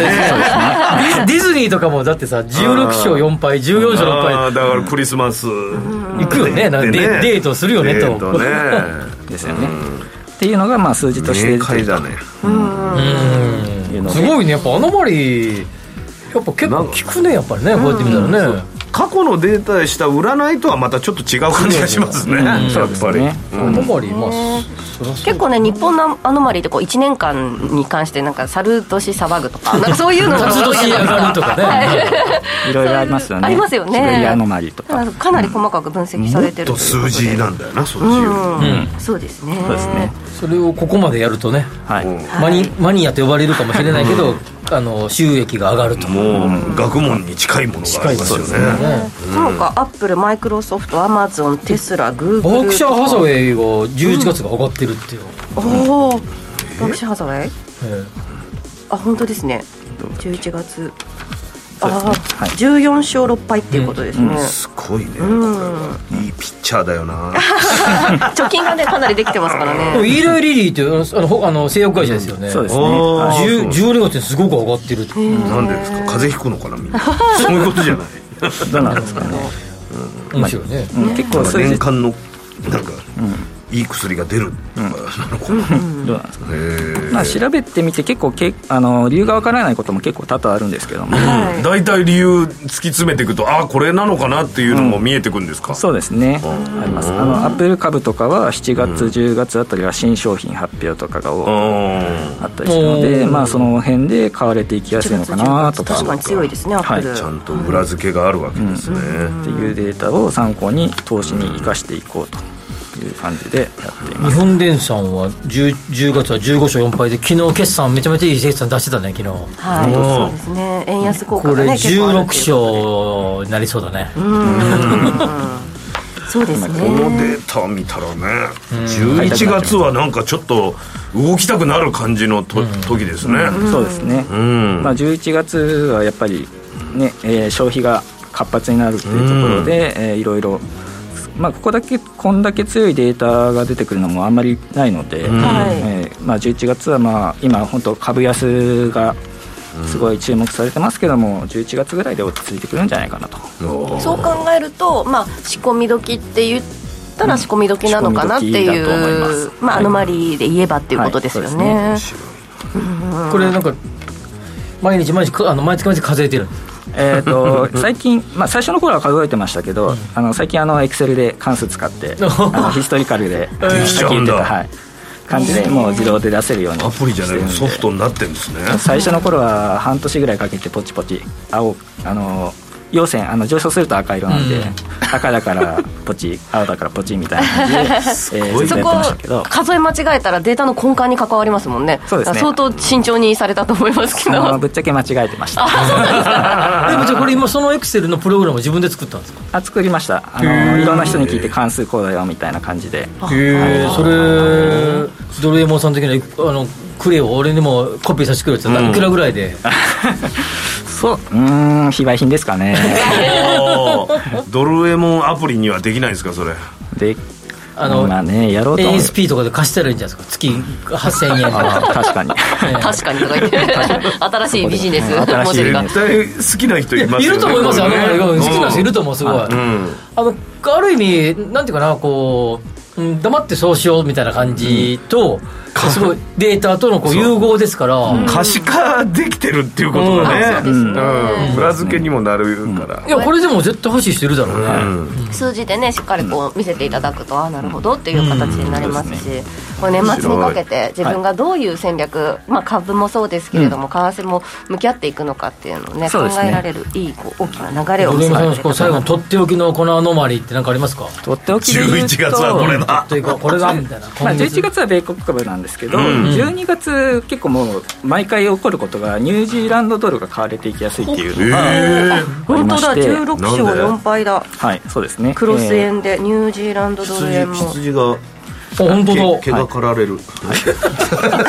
Speaker 2: ディディズニーとかもだってさ16勝4敗14勝6
Speaker 4: あ
Speaker 2: 敗
Speaker 4: あだからクリスマス
Speaker 2: 1くよねなんかデデートするよねと
Speaker 4: デートね
Speaker 10: ですよね。っていうのがまあ数字として 出
Speaker 4: 明
Speaker 10: て
Speaker 4: 快だね
Speaker 10: いうの
Speaker 2: す
Speaker 10: で
Speaker 2: ごいねやっぱアノマリーやっぱ結構効くねやっぱりねこうやって見たらね
Speaker 4: 過去のデータでした占いとはまたちょっと違う感じがしますね、やっぱり、
Speaker 10: ね
Speaker 2: アノマリーまあそそらそう
Speaker 3: 結構ね日本のアノマリーってこう1年間に関してなんか猿年騒ぐとかなんかそういうのが
Speaker 2: 辰
Speaker 3: 多いじ
Speaker 2: 年上
Speaker 3: ゃないです
Speaker 2: が
Speaker 3: か
Speaker 2: るとかね
Speaker 10: いろいろありますよね。
Speaker 3: ありますよね
Speaker 10: シベリアアノマリーとか。
Speaker 3: だからかなり細かく分析されてる
Speaker 4: と数字なんだよな数字より、
Speaker 3: うんそうですね
Speaker 10: そうですね。
Speaker 2: それをここまでやるとね
Speaker 10: はい。
Speaker 2: マニマニアと呼ばれるかもしれないけどあの収益が上がると
Speaker 4: もう学問に近いものがありますよね
Speaker 3: その他アップルマイクロソフトアマゾンテスラグー
Speaker 2: バ
Speaker 3: グル
Speaker 2: ークシャーハサウェイが11月が上がってるっていう、
Speaker 3: おおバークシャーハサウェイ
Speaker 2: え
Speaker 3: あ本当ですね11月ああ、
Speaker 10: はい
Speaker 3: 14勝6敗っていうことですね、
Speaker 4: すごいね、これはいいピッチャーだよな
Speaker 3: 貯金がねかなりできてますから
Speaker 2: えでも
Speaker 3: ね
Speaker 2: イーライリリーっていうあのあのほあの製薬会社ですよね、
Speaker 10: そうですね。
Speaker 4: あ
Speaker 10: はい
Speaker 2: 10 12月にすごく上がってるっていう
Speaker 4: なんでですか風邪ひくのかなみんなそういうことじゃない
Speaker 10: どうなんですかね。
Speaker 2: 面白いね、
Speaker 10: うん結構数字
Speaker 4: 年間のなんか、いい薬が出るとかなのかな、
Speaker 10: どうなんです
Speaker 4: へ
Speaker 10: か。
Speaker 4: ー
Speaker 10: まあ調べてみて結構けあの理由がわからないことも結構多々あるんですけども。
Speaker 4: 大体理由突き詰めていくとああこれなのかなっていうのも見えてくんですか、
Speaker 10: そうですね、ありますあのアップル株とかは7月、10月あたりは新商品発表とかが多
Speaker 4: あ
Speaker 10: あったりするので、
Speaker 2: うん
Speaker 10: まあ、その辺で買われていきやすいのかなとか
Speaker 3: 確かに強いですねアップル、
Speaker 10: は
Speaker 4: ーちゃんと裏付けがあるわけですね、
Speaker 10: っていうデータを参考に投資に生かしていこうという感じでやっています、
Speaker 2: 日本電産は 10, 10月は15勝4敗で昨日決算めちゃめちゃいい決算出してたね昨日
Speaker 3: はい、そうですね円安効
Speaker 2: こ
Speaker 3: 果が
Speaker 2: れ
Speaker 3: ね結構ある
Speaker 2: 16
Speaker 3: っていう
Speaker 2: 勝になりそうだね、
Speaker 3: そうです
Speaker 4: こ
Speaker 3: ね
Speaker 4: のデータ見たらね、11月はなんかちょっと動きたくなる感じのと、時ですね、
Speaker 10: そうですね、まあ、11月はやっぱり、ねえー消費が活発になるっていうところで、えーいろいろ、まあ、ここだけこんだけ強いデータが出てくるのもあんまりないの
Speaker 3: は
Speaker 10: で、
Speaker 3: い
Speaker 10: えーまあ、11月は、まあ、今本当株安がすごい注目されてますけども11月ぐらいで落ち着いてくるんじゃないかなと
Speaker 3: そう考えると、まあ、仕込み時って言ったら仕込み時なのかなってい
Speaker 10: 仕込み時だと思いうま、す
Speaker 3: まあ、
Speaker 10: は
Speaker 3: ア
Speaker 10: い
Speaker 3: ノマリーで言えばっていうことですよね,、
Speaker 10: は
Speaker 2: これなんか毎日毎日かあの毎月毎日数えてる
Speaker 10: えー、と 最近、まあ、最初の頃は数えてましたけど、あの最近あのエクセルで関数使って あのヒストリカルでさっ
Speaker 4: きちゃう
Speaker 10: き言
Speaker 4: ん
Speaker 10: って
Speaker 4: だ
Speaker 10: た、はい、感じでもう自動で出せるように
Speaker 4: アプリじゃない
Speaker 10: してる
Speaker 4: ソ
Speaker 10: んで
Speaker 4: フトになってるんです ね
Speaker 10: 最初の頃は半年ぐらいかけてポチポチ青あの陽線あの上昇すると赤色なんで、赤だから ポチ青だからポチみたいな感じで、えー、ずっ
Speaker 3: そ
Speaker 10: とや
Speaker 3: こ
Speaker 10: ってましたけど
Speaker 3: 数え間違えたらデータの根幹に関わりますもんね
Speaker 10: そうですね
Speaker 3: だから相当慎重にされたと思いますけ
Speaker 10: あの
Speaker 3: ど
Speaker 10: ぶっちゃけ間違えてました
Speaker 2: でもじゃあこれ今そのエクセルのプログラムを自分で作ったんですか
Speaker 10: あ作りましたあのいろんな人に聞いて関数こうだよみたいな感じで
Speaker 2: へえそれドルエモンさん的にあのクレを俺にもコピーさせてくれって言ったらいくらぐらいで、
Speaker 10: そううーん非売品ですかね
Speaker 4: おードルエモンアプリにはできないですかそれ
Speaker 10: で
Speaker 2: あ
Speaker 10: あ
Speaker 2: の
Speaker 10: のまあねやろうと思う
Speaker 2: ASP とかで貸したらいいんじゃないですか月8000円
Speaker 10: あ
Speaker 2: で
Speaker 10: 確かに
Speaker 3: 確かにとか言って新しいビジネス
Speaker 10: 新
Speaker 3: モ
Speaker 10: しい
Speaker 3: デ
Speaker 10: ビジ
Speaker 3: ルが
Speaker 10: ネ
Speaker 4: 絶対好きな人います
Speaker 2: い
Speaker 4: よね
Speaker 2: ると思いますよ、あ
Speaker 4: これね
Speaker 2: の、好きな人いる
Speaker 4: うん
Speaker 2: と思う、すごい。あの、ある意味、なんていうかな、こう、うん黙ってそうしようみたいな感じと、すごいデータとのこう融合ですから、
Speaker 4: 可視化できてるっていうことがねうん裏付けにもなるから
Speaker 2: いや、これでも絶対欲しい人いるだろうね。
Speaker 3: 数字でねしっかりこう見せていただくと、ああなるほどっていう形になりますし、これ年末にかけて自分がどういう戦略、まあ、株もそうですけれども、為替も向き合っていくのかっていうのをね
Speaker 10: そうです
Speaker 3: 考
Speaker 10: ね
Speaker 3: えられるいいこう大きな流れを
Speaker 2: ド
Speaker 3: 見
Speaker 2: レ
Speaker 3: せ
Speaker 2: ミさん
Speaker 3: ていただけ
Speaker 2: こう
Speaker 3: た
Speaker 2: 最後
Speaker 3: ら
Speaker 2: のとっておきのこのアノマリーって何かありますか
Speaker 10: とっておきで言うと
Speaker 4: 11月はこれだ
Speaker 2: というか、これだみたいな。
Speaker 10: まあ、
Speaker 2: 今月
Speaker 10: 11月は米国株なんですけど、12月結構もう毎回起こることがニュージーランドドルが買われていきやすいっていうのがあり
Speaker 3: 本
Speaker 10: ま
Speaker 3: 当
Speaker 10: し
Speaker 3: だ
Speaker 10: て、
Speaker 3: 16勝4敗だ
Speaker 10: はいそうですね
Speaker 3: クロス
Speaker 10: えー
Speaker 3: 円でニュージーランドドル円も
Speaker 4: 羊が
Speaker 2: あ本当だ
Speaker 4: 毛。が刈られる
Speaker 10: ニ
Speaker 4: 刈
Speaker 10: ュー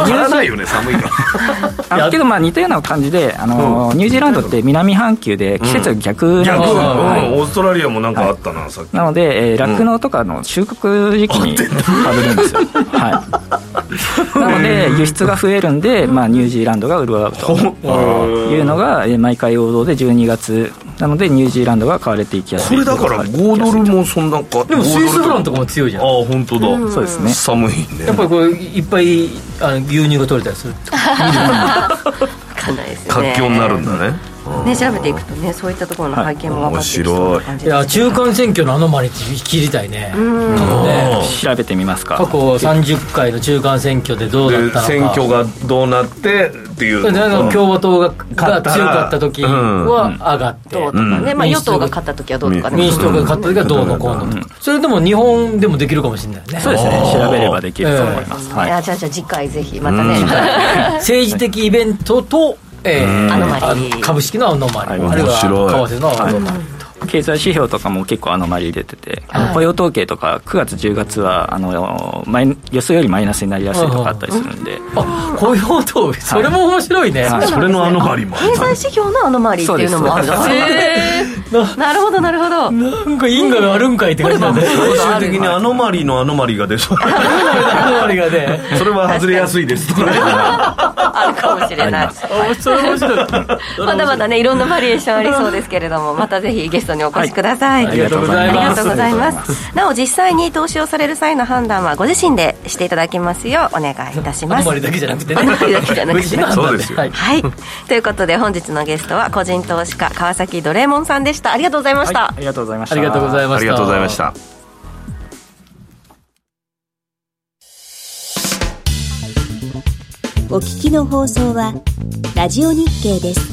Speaker 4: ら
Speaker 10: ジー
Speaker 4: ないよね寒いから
Speaker 10: あのけどまあ似たような感じで、あのーニュージーランドって南半球で季節が逆なん
Speaker 4: 逆、
Speaker 10: で
Speaker 4: う
Speaker 10: す
Speaker 4: ん
Speaker 10: よ、はい
Speaker 4: オーストラリアもなんかあったな、さっき
Speaker 10: なので、えー酪農とかの収穫時期に食べる んですよ、はい、なので輸出が増えるんで、まあ、ニュージーランドが潤うというのが、えー毎回王道で12月なのでニュージーランドが買われていきやす
Speaker 4: こ
Speaker 10: い
Speaker 4: れだから5ドルもそんなか
Speaker 2: でもスイスフランとかも強いじゃん
Speaker 4: ああ本当だ、
Speaker 10: そうですね
Speaker 4: 寒いね
Speaker 2: やっぱりこれいっぱいあの牛乳が取れたりすると
Speaker 3: かんないですね
Speaker 4: 活況になるんだね
Speaker 3: ね調べていくとねそういったところの背景も分かってきそうな感じ
Speaker 2: いや中間選挙のあのマリって切りたいね過去ね
Speaker 10: 調べてみますか
Speaker 2: 過去30回の中間選挙でどうだっ
Speaker 4: で
Speaker 2: たのか
Speaker 4: 選挙がどうなってっていう
Speaker 2: あの共和党がが強かった時
Speaker 4: うん
Speaker 2: は上がって、
Speaker 3: どうとかね、まあ、
Speaker 2: 民
Speaker 3: 与
Speaker 2: 主党
Speaker 3: 党が勝った時はどうとかね
Speaker 2: 民主党が勝った時はどうのこうのとか、それでも日本でもできるかもしれないよね
Speaker 10: そうですね調べればできると思います、
Speaker 3: い
Speaker 10: はい
Speaker 3: やじゃあじゃあ次回ぜひまたね、
Speaker 2: 政治的イベントと、えー
Speaker 3: アノマリー
Speaker 2: あの株式のアノマリー、
Speaker 10: はい
Speaker 2: あるいは為
Speaker 12: 面白い
Speaker 2: 替のアノマリー、
Speaker 10: 経済指標とかも結構アノマリー出てて、あの雇用統計とか9月10月はあのマイ予想よりマイナスになりやすいとかあったりするんで、
Speaker 2: あ雇用統計それも面白いね、
Speaker 10: はい
Speaker 4: それのアノマリも
Speaker 3: 経済指標のアノマリーっていうのもあるんだ
Speaker 10: そう
Speaker 3: へーなるほどなるほど
Speaker 2: なんか因果があるんかいって感じだね
Speaker 4: 最終的にアノマリのアノマリが出 そう
Speaker 2: アノマリーがね
Speaker 4: それは外れやすいですとかね
Speaker 3: あるかもしれない
Speaker 2: それ面白い
Speaker 3: まだまだねいろんなバリエーションありそうですけれども またぜひゲストにお越しください、
Speaker 10: ありがとうござい
Speaker 3: あり
Speaker 10: ま
Speaker 3: が
Speaker 10: す
Speaker 3: とうございますなお実際に投資をされる際の判断はご自身でしていただきますよ うお願いいたし
Speaker 2: ア
Speaker 3: ま
Speaker 2: ノ
Speaker 3: す
Speaker 2: マリーだけじゃなくてね
Speaker 3: アノマリーだけじゃなくてね
Speaker 2: 個人の判断
Speaker 4: そうですよ
Speaker 2: はい
Speaker 3: はいということで本日のゲストは個人投資家川崎ドレーモンさんでしたありがとうございました、
Speaker 10: ありがとうございまし
Speaker 2: あ
Speaker 10: た
Speaker 2: りがとうございました
Speaker 4: ありがとうございました
Speaker 7: お聞きの放送はラジオ日経です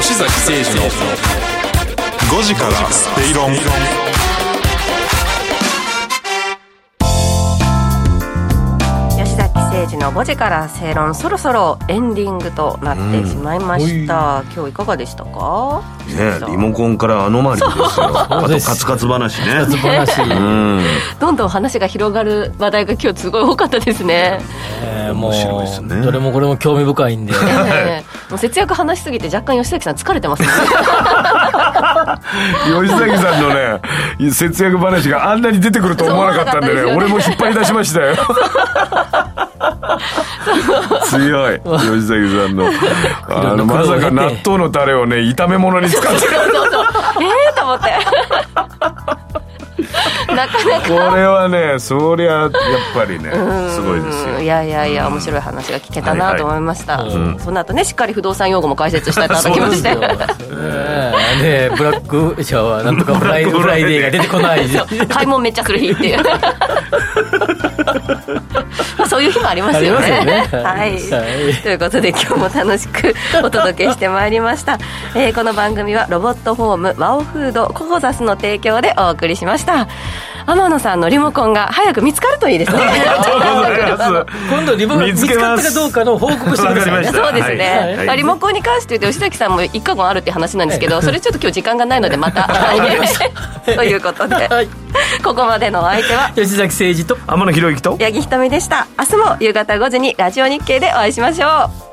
Speaker 5: 吉崎誠二の5時からスペイロン
Speaker 3: 吉崎誠二の5時から正論そろそろエンディングとなってしまいました、今日いかがでしたか
Speaker 4: ねリモコンからアノマリですよ あとカツカツ話ね
Speaker 2: 素晴らしい、
Speaker 4: うん
Speaker 3: どんどん話が広がる話題が今日すごい多かったです ね
Speaker 2: えーも
Speaker 4: 面白いですね
Speaker 2: うどれもこれも興味深い んで
Speaker 3: ええもう節約話しすぎて若干吉崎さん疲れて ますね
Speaker 4: 吉崎さんのね節約話があんなに出てくると思わなかったんでね
Speaker 3: そう思
Speaker 4: 俺
Speaker 3: わな
Speaker 4: も引っ張り出しま したよ強い吉崎さんのあの
Speaker 2: いろんな苦
Speaker 4: ま
Speaker 2: 労を
Speaker 4: さ
Speaker 2: 経て
Speaker 4: か納豆のタレをね炒め物に使 って
Speaker 3: ええと思って なかな
Speaker 4: これはねそりゃやっぱりね すごいですよ
Speaker 3: かいやいやいや面白い話が聞けた
Speaker 4: はいは
Speaker 3: ないと思いました、その後ねしっかり不動産用語も解説していただきまして
Speaker 2: ねえブラックじゃあなんとかフライフライデーが出てこない
Speaker 3: 買い物めっちゃする 日っていうまあそういう日もありますよね
Speaker 2: ありますよね
Speaker 3: はい、
Speaker 2: はい
Speaker 3: ということで今日も楽しくお届けしてまいりました、えーこの番組はロボットホームワオフードココザスの提供でお送りしました天野さんのリモコンが早く見つかるといいですね
Speaker 2: 今度リボンが見
Speaker 4: 見つ
Speaker 2: つ
Speaker 4: け
Speaker 2: か
Speaker 4: ま
Speaker 2: った
Speaker 4: す
Speaker 2: かどうかの報告してください
Speaker 4: わかりま
Speaker 2: ね
Speaker 4: した
Speaker 3: そうですね、
Speaker 4: はい
Speaker 3: まあリモコンに関して言うと吉崎さんも一過言あるって話なんですけどそれちょっと今日時間がないのでまた ということで、
Speaker 2: はい
Speaker 3: ここまでのお相手は
Speaker 2: 吉崎誠二と
Speaker 4: 天野博之と
Speaker 3: 八木ひとみでした明日も夕方5時にラジオ日経でお会いしましょう